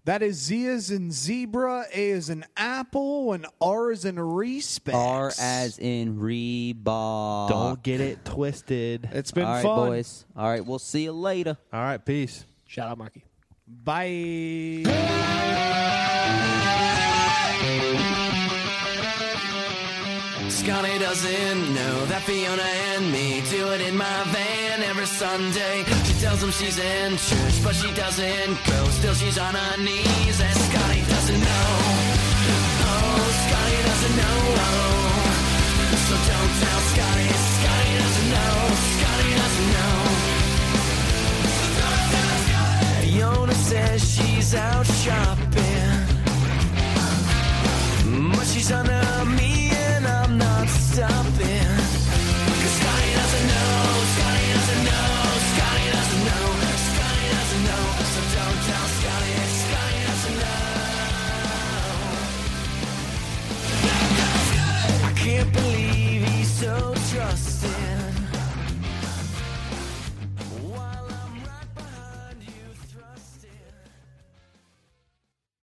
That is Z is in zebra, A is in apple, and R is in respect. R as in Reebok. Don't get it twisted. It's been Ah. All right, fun. boys. All right, we'll see you later. All right, peace. Shout out, Marky. Bye. Scotty doesn't know that Fiona and me do it in my van every Sunday. She tells him she's in church, but she doesn't go. Still, she's on her knees, and Scotty doesn't know. Oh, Scotty doesn't know. So don't tell Scotty. Scotty doesn't know. Scotty doesn't know. Fiona says she's out shopping, but she's on her knees.